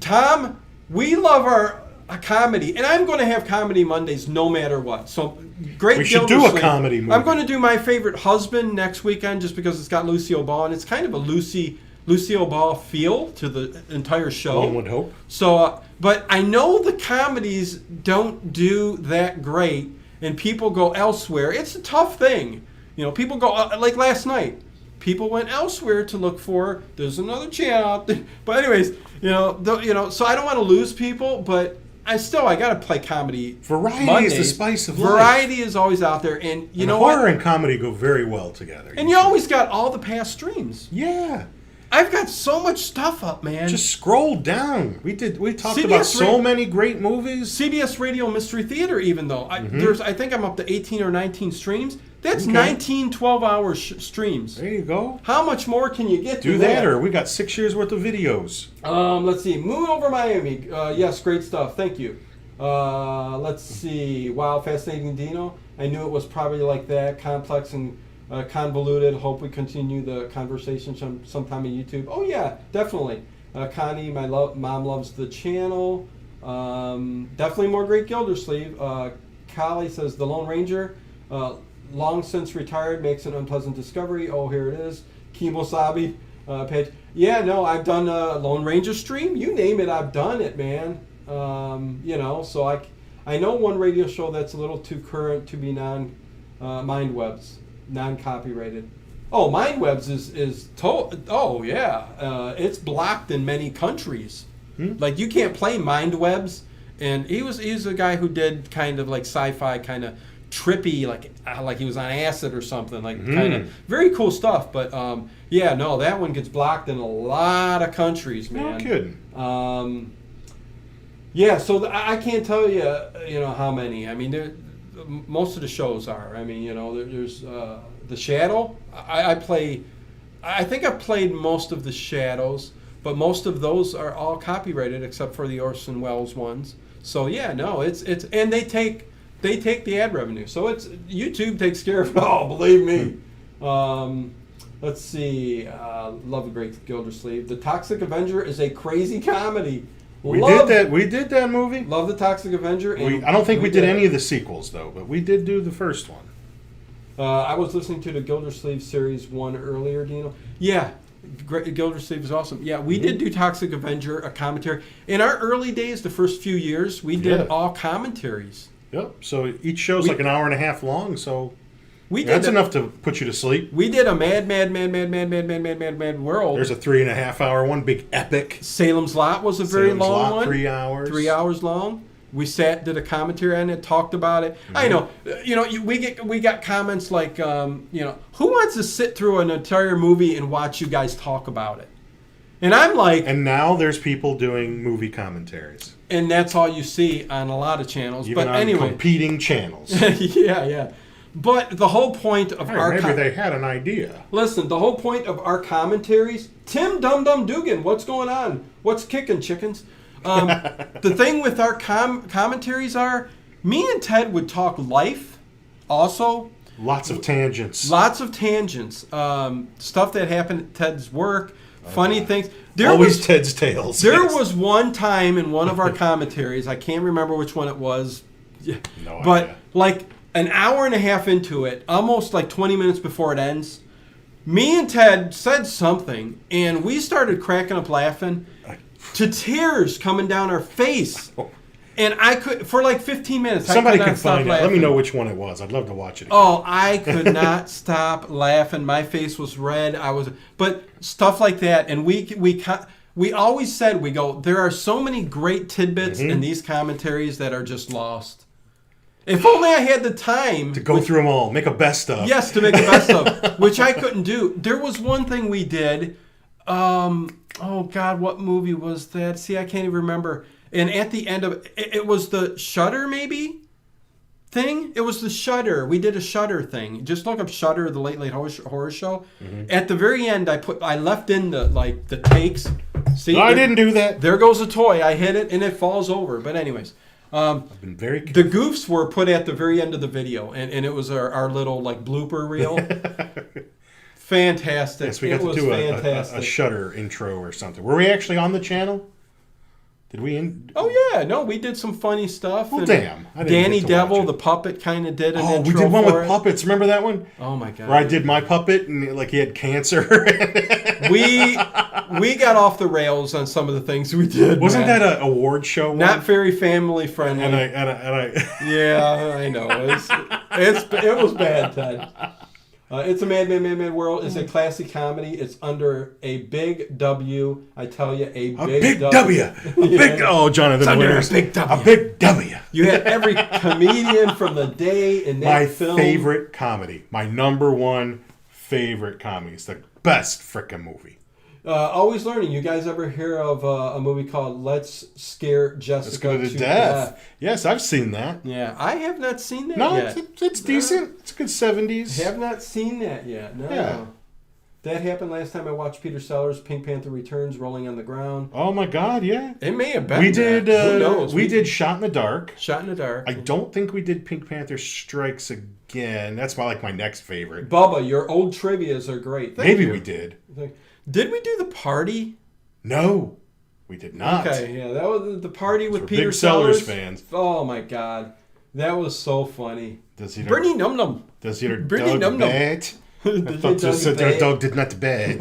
A: Tom, we love our a comedy, and I'm going to have comedy Mondays no matter what. So great.
D: We should do a
A: Gildersleeve.
D: comedy movie.
A: I'm going to do my favorite husband next weekend just because it's got Lucille Ball, and it's kind of a Lucy Lucille Ball feel to the entire show.
D: One would hope.
A: So, uh, but I know the comedies don't do that great, and people go elsewhere. It's a tough thing, you know. People go uh, like last night. People went elsewhere to look for. There's another channel. Out there. But anyways, you know, the, you know. So I don't want to lose people, but I still I gotta play comedy.
D: Variety is
A: Mondays.
D: the spice of life.
A: variety is always out there, and you
D: And
A: know
D: horror
A: what?
D: and comedy go very well together.
A: And you always got all the past streams.
D: yeah.
A: I've got so much stuff up, man.
D: Just scroll down. We did. We talked
A: CBS
D: about so
A: rate-
D: many great movies.
A: CBS Radio Mystery Theater, even though I, there's, I think I'm up to 18 or 19 streams. That's
D: Mm-hmm. Okay.
A: 19 12 hour sh- streams.
D: There you go.
A: How much more can you get?
D: Do
A: than
D: that, or we got six years worth of videos.
A: um, let's see. Moon over Miami. Uh, yes, great stuff. Thank you. Uh, let's see. Wow, fascinating Dino. I knew it was probably like that, complex and uh, convoluted. Hope we continue the conversation some, sometime on YouTube. Oh yeah, definitely. Uh, Connie, my lo- mom loves the channel. Um, definitely more great Gildersleeve. Uh, Collie says the Lone Ranger, uh, long since retired, makes an unpleasant discovery. Oh, here it is. Kimosabi uh, page. Yeah, no, I've done a Lone Ranger stream. You name it, I've done it, man. Um, you know, so I, c- I know one radio show that's a little too current to be non uh, mind webs, non copyrighted. Oh, mind webs is is to- oh yeah, uh, it's blocked in many countries.
D: Hmm?
A: Like you can't play mind webs. And he was he's a guy who did kind of like sci-fi kind of trippy, like uh, like he was on acid or something, like
D: Hmm.
A: kind of very cool stuff. But um, yeah, no, that one gets blocked in a lot of countries, man.
D: No kidding.
A: Um, yeah, so th- I I can't tell you, uh, you know, how many. I mean, there, m- most of the shows are. I mean, you know, there, there's uh, the Shadow. I, I play. I think I played most of the Shadows, but most of those are all copyrighted except for the Orson Welles ones. So yeah, no, it's it's and they take they take the ad revenue. So it's YouTube takes care of it all. Believe me. Um, let's see. Uh, Love the Great Gildersleeve. The Toxic Avenger is a crazy comedy.
D: We
A: Love-
D: did that. We did that movie.
A: Love the Toxic Avenger. and
D: We, I don't think we, did
A: it.
D: any of the sequels though, but we did do the first one.
A: Uh, I was listening to the Gildersleeve series one earlier, Dino. Yeah, Great, Gildersleeve is awesome. Yeah, we
D: Mm-hmm.
A: did do Toxic Avenger, a commentary. In our early days, the first few years, we did
D: Yeah.
A: all commentaries.
D: Yep. So each show's
A: We-
D: like an hour and a half long. So
A: We did
D: that's
A: a-
D: enough to put you to sleep.
A: We did a Mad, Mad, Mad, Mad, Mad, Mad, Mad, Mad, Mad, Mad World.
D: There's a three and a half hour one, big epic.
A: Salem's Lot was a very
D: Salem's
A: long
D: Lot,
A: one.
D: Three hours.
A: three hours long. We sat, did a commentary on it, talked about it. I
D: Mm-hmm.
A: know, uh, you know, you, we get we got comments like, um, you know, who wants to sit through an entire movie and watch you guys talk about it? And I'm like, and,
D: And now there's people doing movie commentaries,
A: that's all you see on a lot of channels.
D: even
A: but
D: on
A: anyway,
D: competing channels.
A: yeah, yeah. But the whole point of
D: Hey,
A: our
D: maybe
A: com-
D: they had an idea.
A: listen, the whole point of our commentaries, Tim Dum Dum Dugan, what's going on? What's kicking chickens? Um, the thing with our com- commentaries are, me and Ted would talk life, also
D: Lots of tangents.
A: lots of tangents, um, stuff that happened at Ted's work, funny things. There
D: Always
A: was,
D: Ted's tales.
A: there
D: Yes.
A: was one time in one of our commentaries, I can't remember which one it was, yeah,
D: No
A: but
D: idea.
A: like an hour and a half into it, almost like 20 minutes before it ends, me and Ted said something, and we started cracking up laughing to tears coming down our face. And I could, for like 15 minutes, I
D: Oh. Somebody
A: could
D: can
A: not stop
D: find out. Let me
A: laughing.
D: know which one it was. I'd love to watch it. Again.
A: Oh, I could not stop laughing. My face was red. I was, but stuff like that, and we we co- we always said we go. There are so many great tidbits
D: Mm-hmm.
A: in these commentaries that are just lost. If only I had the time
D: to go through them all, make a best of.
A: Yes, to make the best of, which I couldn't do. There was one thing we did. Um, oh God, what movie was that? See, I can't even remember. And at the end of it, it was the Shutter maybe thing. It was the Shutter. We did a Shutter thing. Just look up Shutter, the Late Late Horror, Sh- horror Show.
D: Mm-hmm.
A: At the very end, I put I left in the like the takes. See,
D: No, I
A: there-
D: didn't do that.
A: There goes a toy. I hit it and it falls over. But anyways. Um,
D: I've been very
A: the goofs were put at the very end of the video, and, and it was our, our little like blooper reel. fantastic!
D: Yes, we
A: it
D: got to
A: was
D: do a, a,
A: fantastic.
D: a Shutter intro or something. Were we actually on the channel? Did we? In-
A: oh yeah, no, we did some funny stuff.
D: Well,
A: and
D: damn, I didn't
A: Danny
D: get to watch
A: Devil,
D: it.
A: the puppet, kind of did an
D: Oh, we
A: intro
D: did one with
A: for it.
D: puppets. Remember that one?
A: Oh my god!
D: Where I did my puppet and like he had cancer.
A: we we got off the rails on some of the things we did.
D: Wasn't
A: man.
D: that an award show? One?
A: not very family friendly?
D: And I and I, and I
A: Yeah, I know. It's, it's it was bad, Ted. Uh, it's a Mad Mad Mad Mad World. It's a classic comedy. It's under a big W. I tell you, a big,
D: a big W, a
A: Yeah.
D: big oh Jonathan
A: under a
D: Winters,
A: big W.
D: a big W.
A: You had every comedian from the day in that
D: My
A: film.
D: favorite comedy, my number one favorite comedy. It's the best frickin' movie.
A: Uh, always learning. You guys ever hear of uh, a movie called Let's Scare Jessica
D: Let's go to death. Yes, I've seen that.
A: Yeah, I have not seen that
D: No,
A: yet.
D: it's, it's decent. It's a good seventies.
A: Have not seen that yet. No.
D: Yeah.
A: That happened last time I watched Peter Sellers' Pink Panther Returns rolling on the ground.
D: Oh my god, yeah.
A: It may have been.
D: we
A: that.
D: did.
A: Who
D: Uh,
A: knows?
D: we, did shot in the dark.
A: Shot in the dark.
D: I don't think we did Pink Panther Strikes Again. That's my like my next favorite.
A: Bubba, your old trivia's are great. Thank
D: Maybe
A: you.
D: we did.
A: Thank- Did we do the party?
D: No, we did not.
A: Okay, yeah, that was the party with
D: We're
A: Peter
D: big Sellers,
A: Sellers
D: fans.
A: Oh my god, that was so funny.
D: Does he?
A: Bernie Num Num.
D: does he?
A: Bernie
D: Dog
A: Num Num.
D: bat? I thought just said their dog did not bat.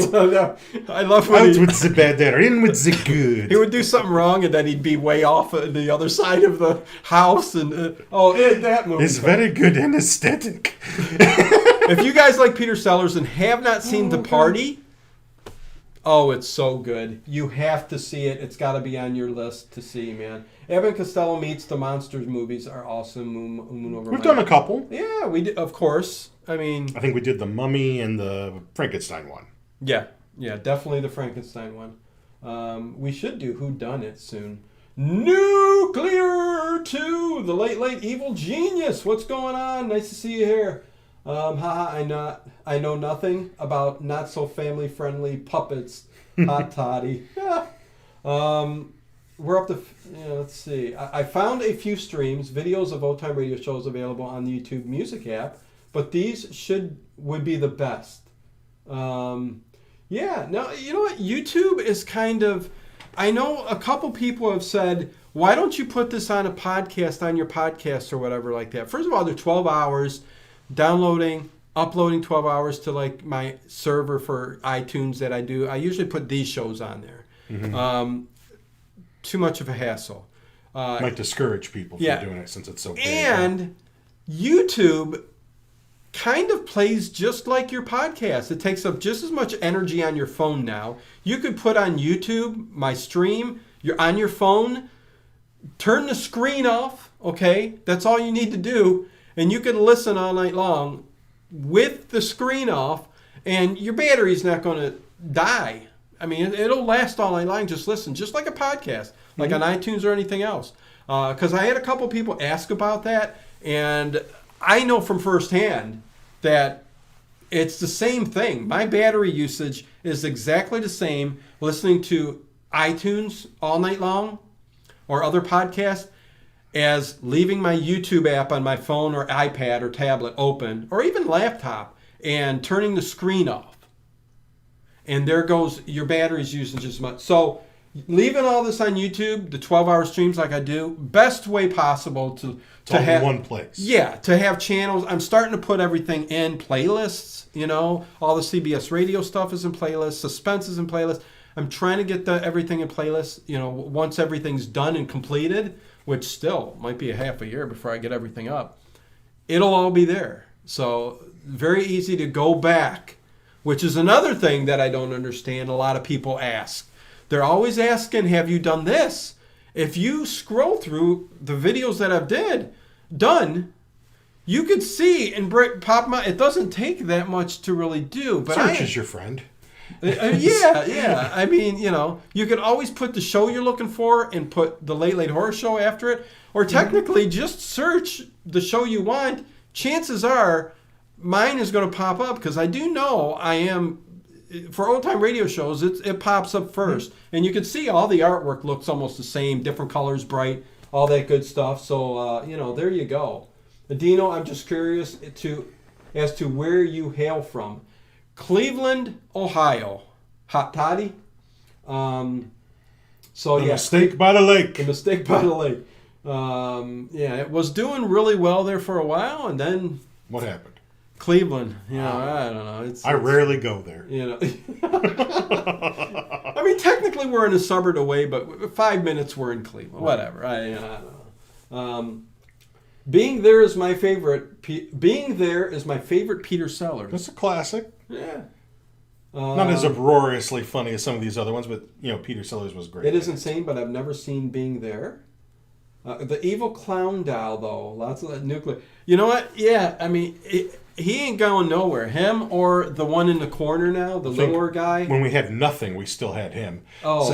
A: I love when
D: Out
A: he,
D: with the bad, they're in with the good.
A: he would do something wrong and then he'd be way off at the other side of the house. And uh, oh, it, that movie.
D: It's very good and aesthetic.
A: if you guys like Peter Sellers and have not seen The Party, Oh, it's so good. You have to see it. It's got to be on your list to see, man. Evan Costello meets the monsters movies are awesome. Moon, Moon over
D: We've
A: my-
D: done a couple.
A: Yeah, we did, of course. I mean,
D: I think we did the Mummy and the Frankenstein one.
A: yeah, yeah, definitely the Frankenstein one. Um, we should do Who Done It soon. Nuclear Two, the late late evil genius. What's going on? Nice to see you here. Um, haha, I not I know nothing about not so family friendly puppets. Hot toddy. Um, we're up to, f- yeah, let's see. I, I found a few streams, videos of old time radio shows available on the YouTube Music app, but these should would be the best. Um, yeah, no, you know what? YouTube is kind of. I know a couple people have said, why don't you put this on a podcast, on your podcast or whatever like that? First of all, they're 12 hours downloading, uploading 12 hours to like my server for iTunes that I do. I usually put these shows on there. Um, too much of a hassle. Uh,
D: Might discourage people from
A: Yeah.
D: doing it since it's so big.
A: and YouTube kind of plays just like your podcast. It takes up just as much energy on your phone now. You could put on YouTube, my stream, you're on your phone, turn the screen off, okay? That's all you need to do. And you can listen all night long with the screen off, and your battery's not going to die. I mean, it- it'll last all night long. Just listen, just like a podcast, like on iTunes or anything else. Because I had a couple people ask about that, and I know from firsthand that it's the same thing. My battery usage is exactly the same listening to iTunes all night long or other podcasts as leaving my YouTube app on my phone or iPad or tablet open or even laptop and turning the screen off. And there goes your battery's using just as much. So leaving all this on YouTube, the 12-hour streams like I do, best way possible to
D: It's
A: to
D: all
A: have
D: in one place.
A: yeah, to have channels. I'm starting to put everything in playlists. You know, all the CBS radio stuff is in playlists. Suspense is in playlists. I'm trying to get the everything in playlists. You know, w- once everything's done and completed, which still might be a half a year before I get everything up, it'll all be there. So very easy to go back, which is another thing that I don't understand. A lot of people ask. They're always asking, "Have you done this?" If you scroll through the videos that I've did done, you could see and break, pop my. It doesn't take that much to really do, but I,
D: Search is your friend.
A: uh, yeah, yeah. I mean, you know, you could always put the show you're looking for and put the Late Late Horror Show after it, or technically just search the show you want. Chances are, mine is going to pop up because I do know I am. For old time radio shows, it, it pops up 1st
D: Mm-hmm.
A: and you can see all the artwork looks almost the same, different colors, bright, all that good stuff. So uh, you know, there you go. Adino, I'm just curious to as to where you hail from. Cleveland, Ohio. Hot toddy. Um, so
D: The
A: yeah,
D: mistake by the lake.
A: the mistake by the lake. Um, yeah, it was doing really well there for a while, and then
D: What happened?
A: Cleveland. You know, I don't know. It's
D: Ah. I rarely go there.
A: you know. I mean, technically we're in a suburb away, but five minutes we're in Cleveland. Whatever. I, you know, I don't know. Um, being there is my favorite. Pe- being there is my favorite Peter Sellers. Um,
D: It's a classic.
A: Yeah.
D: Not as uproariously funny as some of these other ones, but you know, Peter Sellers was great.
A: It is insane, but I've never seen Being There. Uh, the evil clown doll, though, lots of that nuclear. You know what? Yeah, I mean, it, he ain't going nowhere. Him or the one in the corner now, the
D: think
A: lower guy.
D: When we had nothing, we still had him.
A: Oh,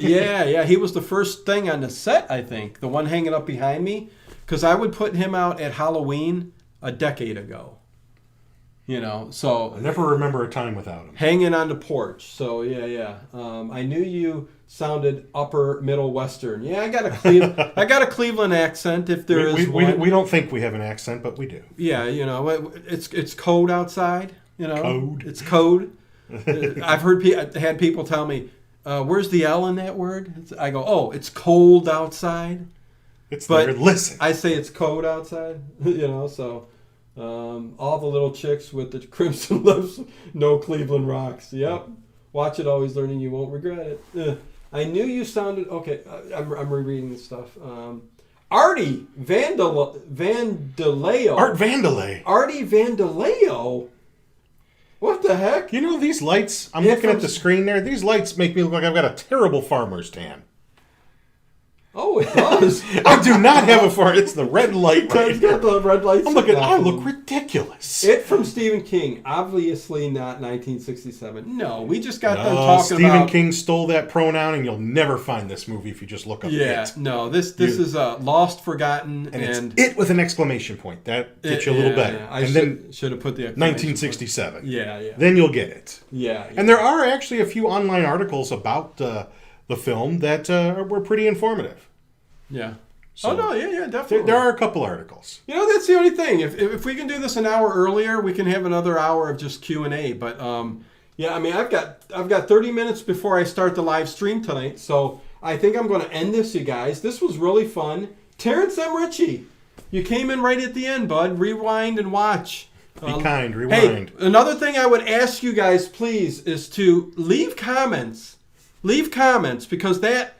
A: yeah, yeah. He was the first thing on the set, I think. The one hanging up behind me. Because I would put him out at Halloween a decade ago. You know,
D: I
A: so
D: never remember a time without him.
A: hanging on the porch. So, yeah, yeah. Um, I knew you sounded upper middle western. Yeah, I got a, Cleve- I got a Cleveland accent if there
D: We,
A: is
D: we, we,
A: one.
D: we don't think we have an accent, but we do.
A: Yeah, you know, it, it's it's cold outside. You know,
D: Code.
A: It's code. Uh, I've heard pe- I've had people tell me, uh, "Where's the L in that word?" It's, I go, "Oh, it's cold outside."
D: It's
A: But-
D: there. Listen.
A: I say it's cold outside. You know, so um, all the little chicks with the crimson lips, no Cleveland rocks. Yep, watch it. Always learning. You won't regret it. Ugh. I knew you sounded okay. I- I'm, I'm rereading this stuff. Um, Artie Vandal Vandaleo.
D: Art Vandelay.
A: Artie Vandaleo? What the heck?
D: You know these lights? I'm
A: Yeah,
D: looking
A: from-
D: at the screen there. These lights make me look like I've got a terrible farmer's tan.
A: Oh, it does.
D: I do not have a far. It's the red light.
A: It's
D: Right
A: got the red lights.
D: I'm looking. Oh I
A: on.
D: look ridiculous.
A: It from Stephen King, obviously not 1967. No, we just got them
D: Uh,
A: talking
D: Stephen
A: about.
D: King stole that pronoun, and you'll never find this movie if you just look up
A: Yeah,
D: it.
A: no, this this
D: You-
A: is uh, lost, forgotten, and,
D: And it's it with an exclamation point. That gets you a little
A: yeah,
D: better.
A: yeah. I
D: And then
A: should have put the exclamation point.
D: 1967.
A: Yeah, yeah,
D: Then you'll get it.
A: yeah, yeah.
D: And there are actually a few online articles about uh, the film that uh, were pretty informative.
A: yeah.
D: So-
A: oh no, yeah, yeah, definitely.
D: There, there are a couple articles.
A: You know, that's the only thing. If, if if we can do this an hour earlier, we can have another hour of just Q and A. But um, yeah, I mean, I've got I've got 30 minutes before I start the live stream tonight, so I think I'm going to end this, you guys. This was really fun. Terrence M. Ritchie, you came in right at the end, bud. Rewind and watch.
D: Be kind,
A: Um, Hey,
D: rewind.
A: another thing I would ask you guys, please, is to leave comments. Leave comments because that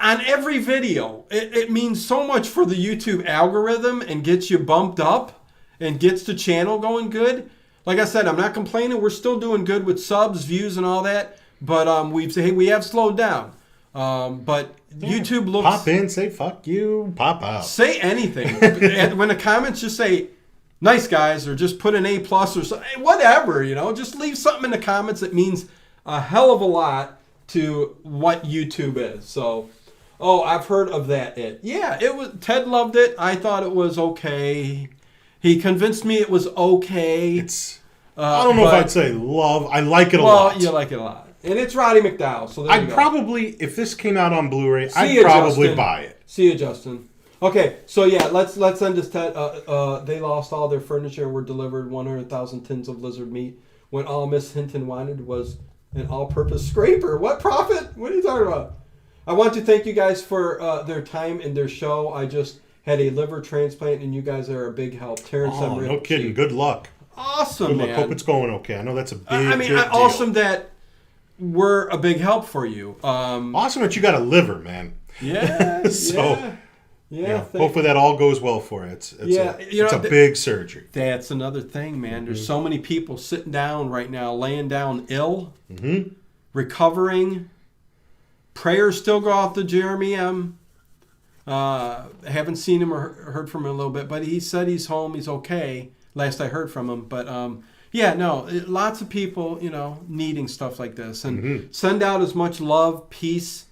A: on every video, it, it means so much for the YouTube algorithm and gets you bumped up and gets the channel going good. Like I said, I'm not complaining. We're still doing good with subs, views, and all that. But um, we've hey, we have slowed down. Um, but YouTube looks
D: Pop in, say fuck you, pop out.
A: say anything And when the comments just say nice guys or just put an a plus or something whatever you know just leave something in the comments that means a hell of a lot to what youtube is so oh i've heard of that it yeah it was ted loved it i thought it was okay he convinced me it was okay
D: It's I don't know if
A: uh, but-
D: I'd say love. I like it a
A: well
D: lot.
A: you like it a lot and it's roddy mcdowell so there you
D: I'd
A: go.
D: probably, if this came out on Blu-ray, I'd
A: ya,
D: probably
A: Justin.
D: buy it.
A: See you, Justin. Okay, so yeah, let's let's end this. Ted, uh, uh, they lost all their furniture and were delivered 100,000 tins of lizard meat when all Miss Hinton wanted was an all-purpose scraper. What profit? What are you talking about? I want to thank you guys for uh, their time and their show. I just had a liver transplant, and you guys are a big help. Terrence,
D: Oh,
A: Emmerich.
D: no kidding. Good luck.
A: Awesome,
D: Good luck.
A: man.
D: Hope it's going okay. I know that's a big,
A: I mean,
D: big
A: I-
D: deal.
A: awesome that we're a big help for you. Um,
D: Awesome that you got a liver, man.
A: yeah,
D: So,
A: yeah, yeah.
D: Yeah,
A: thank-
D: hopefully that all goes well for you. It's, it's
A: Yeah,
D: a,
A: you
D: it's
A: know,
D: a
A: th-
D: big surgery.
A: That's another thing, man. There's so many people sitting down right now, laying down ill, recovering. Prayers still go off to Jeremy M. Uh, haven't seen him or he- heard from him in a little bit, but he said he's home. He's okay. Last I heard from him, but um, yeah, no, it- lots of people, you know, needing stuff like this, and send out as much love, peace,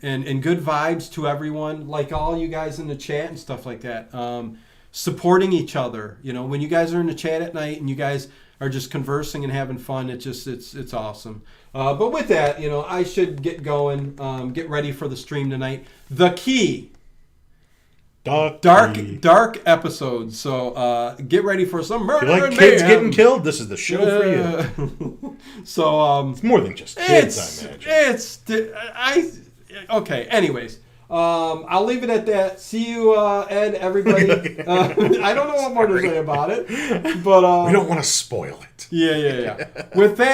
A: and and good vibes to everyone, like all you guys in the chat and stuff like that. Um, supporting each other, you know, when you guys are in the chat at night and you guys are just conversing and having fun, it just it's it's awesome. Uh, but with that, you know, I should get going, um, get ready for the stream tonight. The key
D: Dark,
A: dark
D: You
A: dark episode so uh get ready for some murder
D: like
A: and
D: kids
A: mayhem.
D: getting killed? This is the show for you.
A: Uh, so um
D: It's more than just kids,
A: it's
D: I imagine.
A: it's i okay anyways um i'll leave it at that see you uh ed everybody uh, i don't know what more to say about it but um
D: We don't want to spoil it.
A: yeah yeah yeah with that